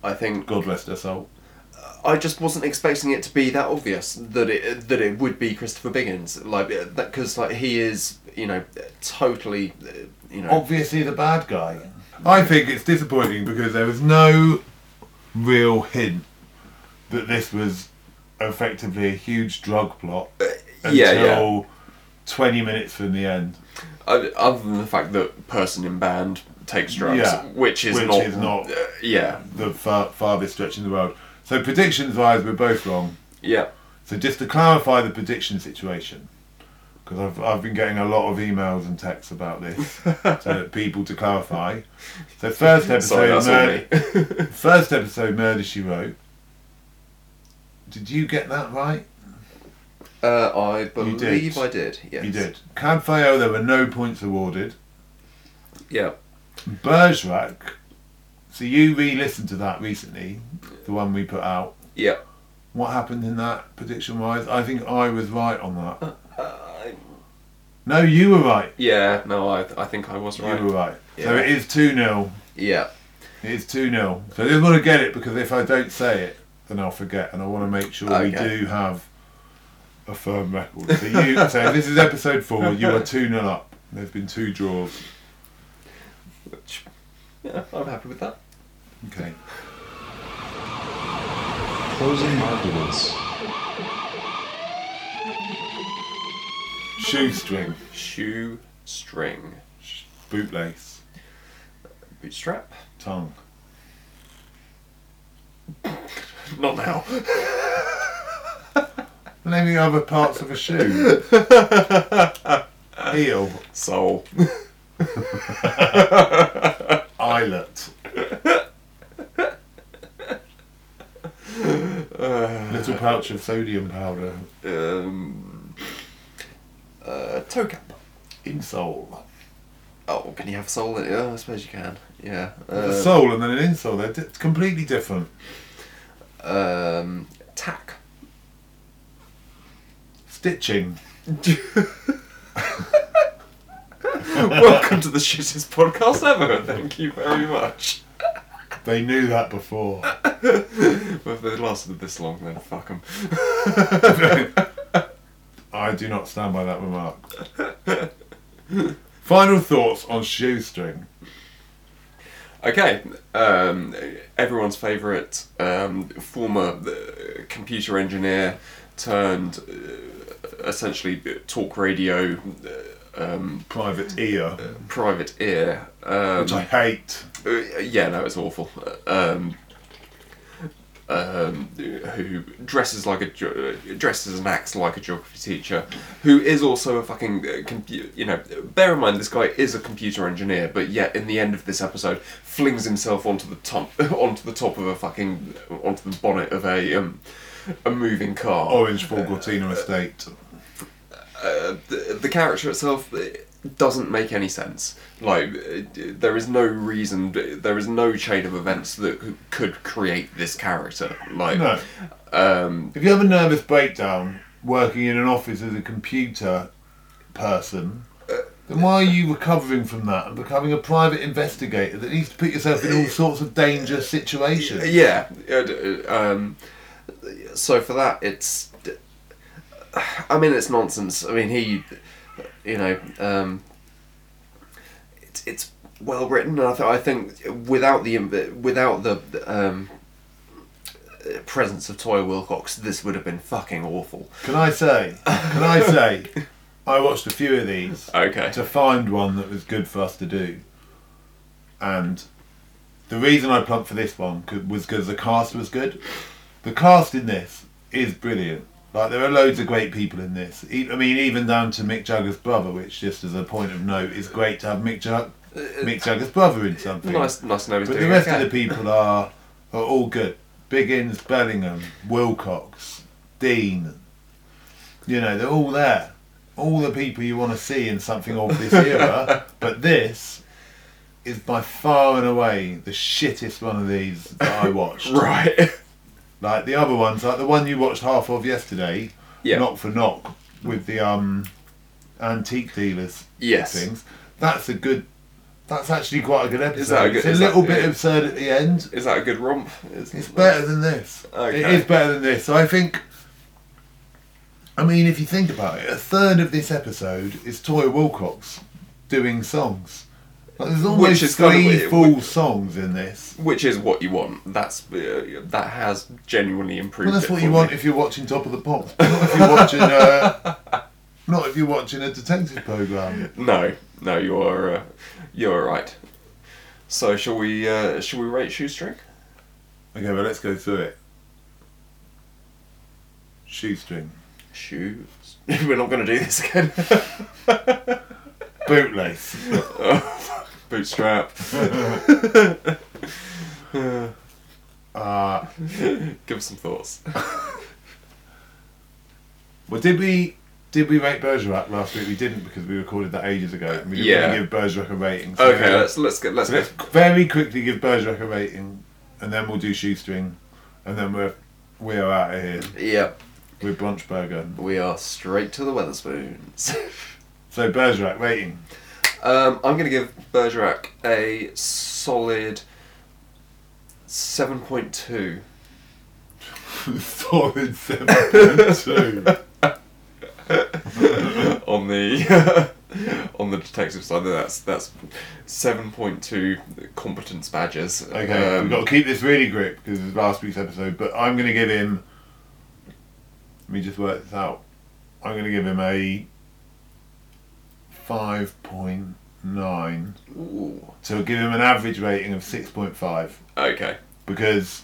[SPEAKER 5] I think
[SPEAKER 4] God rest her soul.
[SPEAKER 5] I just wasn't expecting it to be that obvious that it that it would be Christopher Biggins like uh, that because like he is you know totally uh, you know
[SPEAKER 4] obviously the bad guy. I think it's disappointing because there was no real hint that this was effectively a huge drug plot until
[SPEAKER 3] Uh, yeah,
[SPEAKER 4] 20 minutes from the end,
[SPEAKER 3] O- Other than the fact that person in band takes drugs,
[SPEAKER 4] Yeah,
[SPEAKER 3] which is
[SPEAKER 4] which
[SPEAKER 3] not.
[SPEAKER 4] is not-
[SPEAKER 3] uh, yeah,
[SPEAKER 4] the far, farthest stretch in the world. So, predictions wise, we're both wrong.
[SPEAKER 3] yeah.
[SPEAKER 4] So, just to clarify the prediction situation, because I've, I've been getting a lot of emails and texts about this, so people to clarify. So, first episode,
[SPEAKER 3] Sorry, that's all
[SPEAKER 4] Murder-
[SPEAKER 3] me.
[SPEAKER 4] First episode, Murder She Wrote. Did you get that right?
[SPEAKER 5] uh, I
[SPEAKER 4] did.
[SPEAKER 5] believe I did yes
[SPEAKER 4] You did. Cadfael, there were no points awarded.
[SPEAKER 5] yeah
[SPEAKER 4] Bergerac, so you re listened to that recently, the one we put out.
[SPEAKER 3] yeah.
[SPEAKER 4] What happened in that prediction wise? I think I was right on that.
[SPEAKER 3] Uh,
[SPEAKER 4] No, you were right.
[SPEAKER 3] yeah, no, I, I think I was right.
[SPEAKER 4] You were right. So
[SPEAKER 5] Yeah.
[SPEAKER 4] it is 2 0.
[SPEAKER 5] yeah
[SPEAKER 4] It is 2 0. So I just want to get it because if I don't say it, then I'll forget and I want to make sure we
[SPEAKER 5] Okay.
[SPEAKER 4] do have a firm record. So, you, so this is episode 4. You are 2 0 up. There's been two draws.
[SPEAKER 3] Which, yeah, I'm happy with that.
[SPEAKER 4] Okay.
[SPEAKER 1] Closing arguments.
[SPEAKER 4] Shoestring.
[SPEAKER 3] Shoe, string,
[SPEAKER 4] Bootlace.
[SPEAKER 3] bootstrap.
[SPEAKER 4] Tongue.
[SPEAKER 3] Not now.
[SPEAKER 4] Name the other parts of a shoe. Heel.
[SPEAKER 3] Soul.
[SPEAKER 4] Eyelet. Little pouch of sodium powder.
[SPEAKER 3] Um, uh, toe cap.
[SPEAKER 4] Insole.
[SPEAKER 5] oh can you have soul in it oh, I suppose you can yeah
[SPEAKER 4] A
[SPEAKER 3] Um,
[SPEAKER 5] uh,
[SPEAKER 4] sole and then an insole. They're di- completely different.
[SPEAKER 5] um
[SPEAKER 3] Tack.
[SPEAKER 4] Stitching.
[SPEAKER 3] Welcome to the shittest podcast ever. Thank you very much.
[SPEAKER 4] They knew that before.
[SPEAKER 3] Well, if they lasted this long, then fuck them.
[SPEAKER 4] I do not stand by that remark. Final thoughts on shoestring.
[SPEAKER 3] Okay, um, everyone's favourite um, former uh, computer engineer turned uh, essentially talk radio uh, um,
[SPEAKER 4] Private ear,
[SPEAKER 3] private ear. Um,
[SPEAKER 4] which I hate.
[SPEAKER 3] uh, yeah, no, it's awful. Um, um, who dresses like a ge- uh, dresses and acts like a geography teacher, who is also a fucking uh, computer. You know, bear in mind this guy is a computer engineer, but yet in the end of this episode, flings himself onto the top onto the top of a fucking onto the bonnet of a um, a moving car
[SPEAKER 4] Orange Forgotina Estate.
[SPEAKER 3] the, the character itself uh, doesn't make any sense. Like, uh, there is no reason, there is no chain of events that c- could create this character. Like,
[SPEAKER 4] No.
[SPEAKER 3] um,
[SPEAKER 4] If you have a nervous breakdown working in an office as a computer person, then why are you recovering from that and becoming a private investigator that needs to put yourself in all sorts of dangerous situations?
[SPEAKER 3] yeah. uh, d- Um, so for that, it's. I mean, it's nonsense. I mean, he, you know, um, it's it's well written, and I, th- I think without the inv- without the um, presence of Toya Wilcox, this would have been fucking awful.
[SPEAKER 4] Can I say? Can I say? I watched a few of these
[SPEAKER 3] Okay.
[SPEAKER 4] to find one that was good for us to do, and the reason I plumped for this one could, was because the cast was good. The cast in this is brilliant. Like there are loads of great people in this. E- I mean, even down to Mick Jagger's brother, which just as a point of note is great to have Mick, Jag- Mick Jagger's brother in something.
[SPEAKER 3] Nice, nice to know he's
[SPEAKER 4] But
[SPEAKER 3] doing
[SPEAKER 4] the rest
[SPEAKER 3] okay.
[SPEAKER 4] of the people are are all good. Biggins, Bellingham, Wilcox, Dean. You know, they're all there. All the people you want to see in something of this era. but this is by far and away the shittest one of these that I watched.
[SPEAKER 3] Right.
[SPEAKER 4] Like the other ones, like the one you watched half of yesterday,
[SPEAKER 3] Yeah.
[SPEAKER 4] Knock for Knock, with the um antique dealers
[SPEAKER 3] Yes.
[SPEAKER 4] things. That's a good. That's actually quite a good episode.
[SPEAKER 3] that a good-
[SPEAKER 4] it's a
[SPEAKER 3] is that-
[SPEAKER 4] little bit
[SPEAKER 3] yeah.
[SPEAKER 4] absurd at the end.
[SPEAKER 3] Is that a good romp? Is-
[SPEAKER 4] It's better than this. It
[SPEAKER 3] Okay.
[SPEAKER 4] is better than this. So I think. I mean, if you think about it, a third of this episode is Toya Wilcox doing songs. Like, there's almost
[SPEAKER 3] is kind of
[SPEAKER 4] three
[SPEAKER 3] weird.
[SPEAKER 4] full songs in this.
[SPEAKER 3] Which is what you want. That's uh, that has genuinely improved.
[SPEAKER 4] Well, that's
[SPEAKER 3] it
[SPEAKER 4] what
[SPEAKER 3] for
[SPEAKER 4] you
[SPEAKER 3] me.
[SPEAKER 4] want if you're watching Top of the Pops. but Not if you're watching. Uh, not if you're watching a detective program.
[SPEAKER 3] No, no, you're uh, you're right. So shall we? Uh, shall we rate shoestring?
[SPEAKER 4] Okay, well, let's go through it. Shoestring,
[SPEAKER 3] Shoes. We're not going to do this again.
[SPEAKER 4] bootlace.
[SPEAKER 3] Bootstrap.
[SPEAKER 4] Uh,
[SPEAKER 3] Give us some thoughts.
[SPEAKER 4] well, did we did we rate Bergerac last week? We didn't because we recorded that ages ago. and We didn't
[SPEAKER 3] Yeah.
[SPEAKER 4] really give Bergerac a rating. so-
[SPEAKER 3] Okay, let's let's get let's
[SPEAKER 4] So let's
[SPEAKER 3] get.
[SPEAKER 4] very quickly give Bergerac a rating, and then we'll do shoestring, and then we're we are out of here
[SPEAKER 5] Yeah,
[SPEAKER 4] with brunch burger.
[SPEAKER 5] we are straight to the Weatherspoons.
[SPEAKER 4] So Bergerac rating.
[SPEAKER 3] Um, I'm going to give Bergerac a solid seven point two.
[SPEAKER 4] Solid seven point two.
[SPEAKER 3] on the on the detective side. That's that's seven point two competence badges.
[SPEAKER 4] Okay,
[SPEAKER 3] Um,
[SPEAKER 4] we've got to keep this really quick because it's last week's episode. But I'm going to give him. Let me just work this out. I'm going to give him a five point nine.
[SPEAKER 3] ooh,
[SPEAKER 4] So give him an average rating of six point five.
[SPEAKER 3] okay.
[SPEAKER 4] because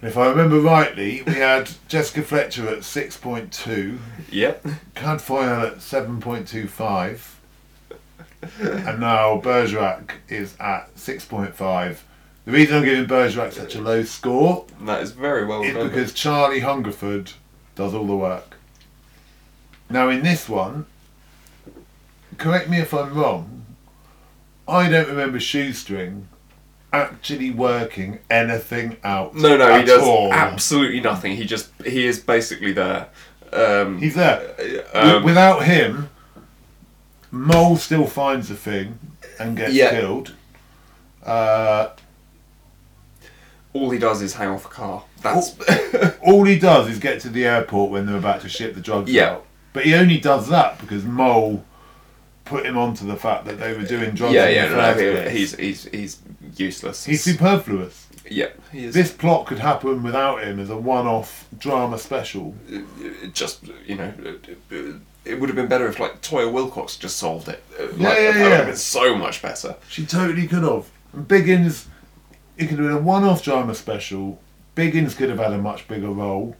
[SPEAKER 4] if I remember rightly, we had Jessica Fletcher at 6.2,
[SPEAKER 3] Yep.
[SPEAKER 4] Cad Foyle at 7.25, and now Bergerac is at 6.5. The reason I'm giving Bergerac such a low score
[SPEAKER 3] That is very well
[SPEAKER 4] is
[SPEAKER 3] remembered.
[SPEAKER 4] because Charlie Hungerford does all the work. Now, in this one, correct me if I'm wrong, I don't remember Shoestring actually working anything out.
[SPEAKER 3] no, no, he
[SPEAKER 4] at
[SPEAKER 3] does
[SPEAKER 4] all.
[SPEAKER 3] absolutely nothing. He just he is basically there. Um,
[SPEAKER 4] He's there.
[SPEAKER 3] um,
[SPEAKER 4] Without him, Mole still finds the thing and gets
[SPEAKER 5] Yeah.
[SPEAKER 4] killed. Uh,
[SPEAKER 3] All he does is hang off a car. That's
[SPEAKER 4] Oh, all he does is get to the airport when they're about to ship the drugs
[SPEAKER 3] Yeah.
[SPEAKER 4] out. But he only does that because Mole put him onto the fact that they were doing drugs.
[SPEAKER 3] yeah,
[SPEAKER 4] in
[SPEAKER 3] yeah.
[SPEAKER 4] the
[SPEAKER 3] No,
[SPEAKER 4] first
[SPEAKER 3] he-
[SPEAKER 4] place.
[SPEAKER 3] he's he's he's useless.
[SPEAKER 4] he's superfluous.
[SPEAKER 3] yeah. He is
[SPEAKER 4] This plot could happen without him as a one-off drama special.
[SPEAKER 3] it just you know it- it would have been better if like Toya Wilcox just solved it. Uh, Like,
[SPEAKER 4] Yeah,
[SPEAKER 3] that
[SPEAKER 4] yeah,
[SPEAKER 3] would
[SPEAKER 4] yeah.
[SPEAKER 3] have been so much better.
[SPEAKER 4] She totally could have. And Biggins, it could have been a one-off drama special. Biggins could have had a much bigger role.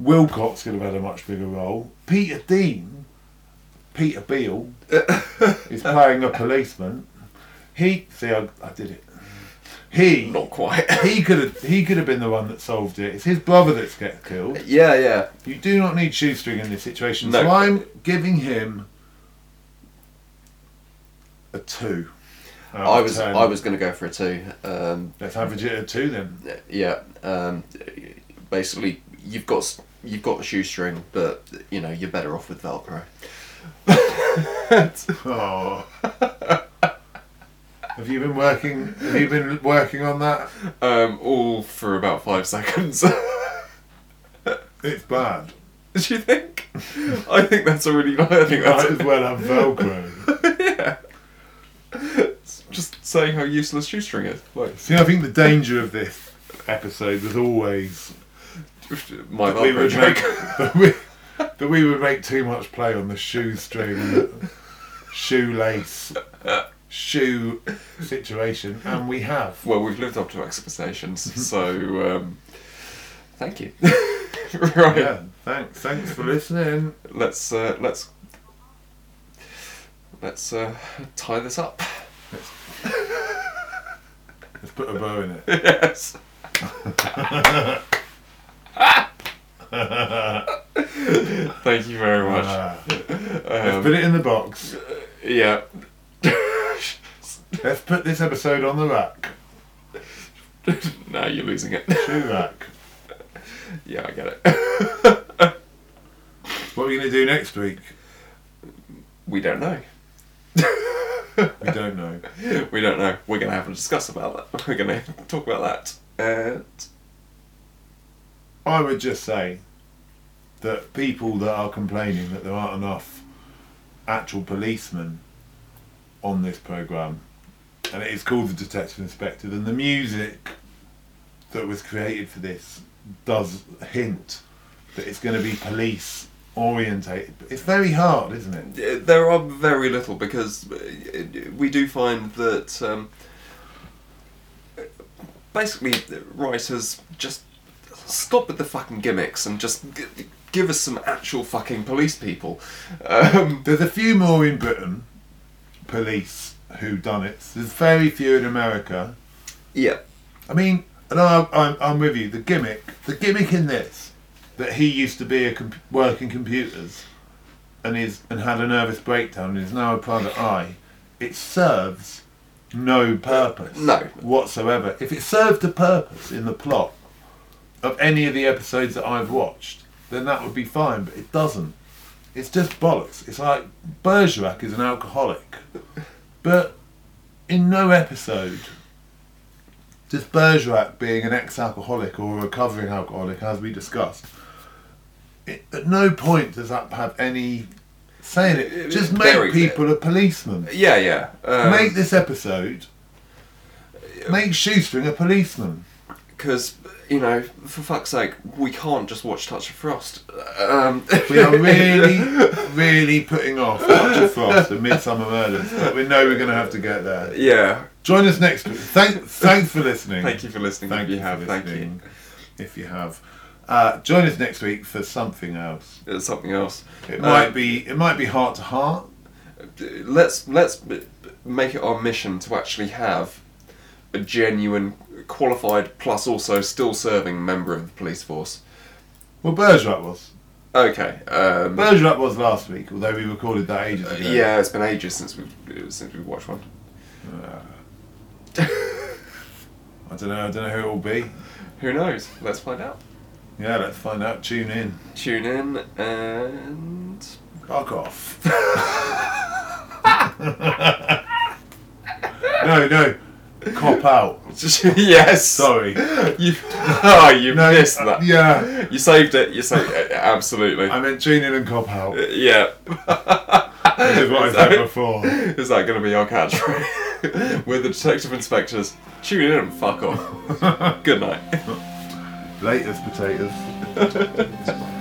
[SPEAKER 4] Wilcox could have had a much bigger role. Peter Dean, Peter Beale, is playing a policeman. He see, I, I did it. He
[SPEAKER 3] Not quite.
[SPEAKER 4] he could have he could have been the one that solved it. It's his brother that's get killed.
[SPEAKER 3] yeah, yeah.
[SPEAKER 4] You do not need shoestring in this situation. So
[SPEAKER 3] No.
[SPEAKER 4] I'm giving him a two. out
[SPEAKER 5] I
[SPEAKER 4] of
[SPEAKER 5] was
[SPEAKER 4] 10.
[SPEAKER 5] I was going to go for a two. Um,
[SPEAKER 4] Let's average it at two then.
[SPEAKER 5] yeah. Um, basically, you've got s- you've got a shoestring, but you know you're better off with Velcro.
[SPEAKER 4] Oh. have you been working? Have you been working on that?
[SPEAKER 3] Um, all for about five seconds. Do
[SPEAKER 4] It's bad.
[SPEAKER 3] you think? I think that's already. I think that's
[SPEAKER 4] Might as well have Velcro.
[SPEAKER 3] just saying how useless shoestring is. Like
[SPEAKER 4] See, I think the danger of this episode was always
[SPEAKER 3] my
[SPEAKER 4] that we
[SPEAKER 3] Velcro
[SPEAKER 4] would make
[SPEAKER 3] joke.
[SPEAKER 4] that we, that we would make too much play on the shoestring, shoelace, shoe situation, and we have.
[SPEAKER 3] Well, we've lived up to expectations,
[SPEAKER 4] Mm-hmm.
[SPEAKER 3] so um, thank you. right.
[SPEAKER 4] Yeah, thanks. Thanks for listening.
[SPEAKER 3] let's uh, let's let's uh, tie this up.
[SPEAKER 4] Let's put a bow in it.
[SPEAKER 3] yes. Thank you very much.
[SPEAKER 4] Ah, let's
[SPEAKER 3] Um,
[SPEAKER 4] put it in the box.
[SPEAKER 3] yeah.
[SPEAKER 4] Let's put this episode on the rack.
[SPEAKER 3] now you're losing it.
[SPEAKER 4] Shoe rack.
[SPEAKER 3] yeah, I get it.
[SPEAKER 4] What are we going to do next week?
[SPEAKER 3] We don't know.
[SPEAKER 4] We don't know.
[SPEAKER 3] We don't know. We're gonna have to discuss about that. We're gonna talk about that. And
[SPEAKER 4] I would just say that people that are complaining that there aren't enough actual policemen on this programme, and it is called the Detective Inspector, and the music that was created for this does hint that it's going to be police orientated. But it's very hard, isn't it?
[SPEAKER 3] Uh, there are very little because uh, we do find that um, basically writers just stop with the fucking gimmicks and just g- give us some actual fucking police people. Um,
[SPEAKER 4] There's a few more in Britain, police who done it. There's very few in America.
[SPEAKER 3] yeah,
[SPEAKER 4] I mean, and I, I'm, I'm with you. The gimmick, the gimmick in this, that he used to be a comp- working computers, and is and had a nervous breakdown and is now a private eye. It serves no purpose.
[SPEAKER 3] No.
[SPEAKER 4] Whatsoever. If it served a purpose in the plot of any of the episodes that I've watched, then that would be fine. But it doesn't. It's just bollocks. It's like Bergerac is an alcoholic, but in no episode does Bergerac being an ex-alcoholic or a recovering alcoholic, as we discussed, it, at no point does that have any saying it. Just
[SPEAKER 3] Very
[SPEAKER 4] make
[SPEAKER 3] clear.
[SPEAKER 4] people a policeman.
[SPEAKER 3] yeah, yeah. Um,
[SPEAKER 4] Make this episode. Make Shoestring a policeman.
[SPEAKER 3] because you know, for fuck's sake, we can't just watch Touch of Frost. Um,
[SPEAKER 4] We are really, really putting off Dr. Frost and Midsummer Murders, but we know we're going to have to get there.
[SPEAKER 3] yeah.
[SPEAKER 4] Join us next week. Thank, thanks for listening.
[SPEAKER 3] Thank you for listening.
[SPEAKER 4] Thank
[SPEAKER 3] if
[SPEAKER 4] you
[SPEAKER 3] you have.
[SPEAKER 4] for
[SPEAKER 3] Thank you.
[SPEAKER 4] listening. If you have, uh, join us next week for something else.
[SPEAKER 3] It's something else.
[SPEAKER 4] It
[SPEAKER 3] Um,
[SPEAKER 4] might be it might be heart to heart.
[SPEAKER 3] let's let's b- b- make it our mission to actually have a genuine, qualified, plus also still serving member of the police force.
[SPEAKER 4] Well, Bergerac was.
[SPEAKER 3] Okay. Um, uh,
[SPEAKER 4] Bergerac was last week, although we recorded that ages ago.
[SPEAKER 3] yeah, it's been ages since we have since we have watched one.
[SPEAKER 4] I don't know. I don't know who it will be.
[SPEAKER 3] Who knows? Let's find out.
[SPEAKER 4] Yeah, let's find out. Tune in.
[SPEAKER 3] Tune in and
[SPEAKER 4] Fuck off. no, no. Cop out.
[SPEAKER 3] yes.
[SPEAKER 4] Sorry.
[SPEAKER 3] You, oh, you
[SPEAKER 4] No,
[SPEAKER 3] missed
[SPEAKER 4] uh,
[SPEAKER 3] that.
[SPEAKER 4] Yeah.
[SPEAKER 3] You saved it. You saved it. Absolutely.
[SPEAKER 4] I meant tune in and cop out.
[SPEAKER 3] Uh, yeah.
[SPEAKER 4] Which is what I said before.
[SPEAKER 3] Is that going to be our catchphrase? We're the detective inspectors. Tune in and fuck off. Good night.
[SPEAKER 4] Latest potatoes.
[SPEAKER 2] Detective Inspectors.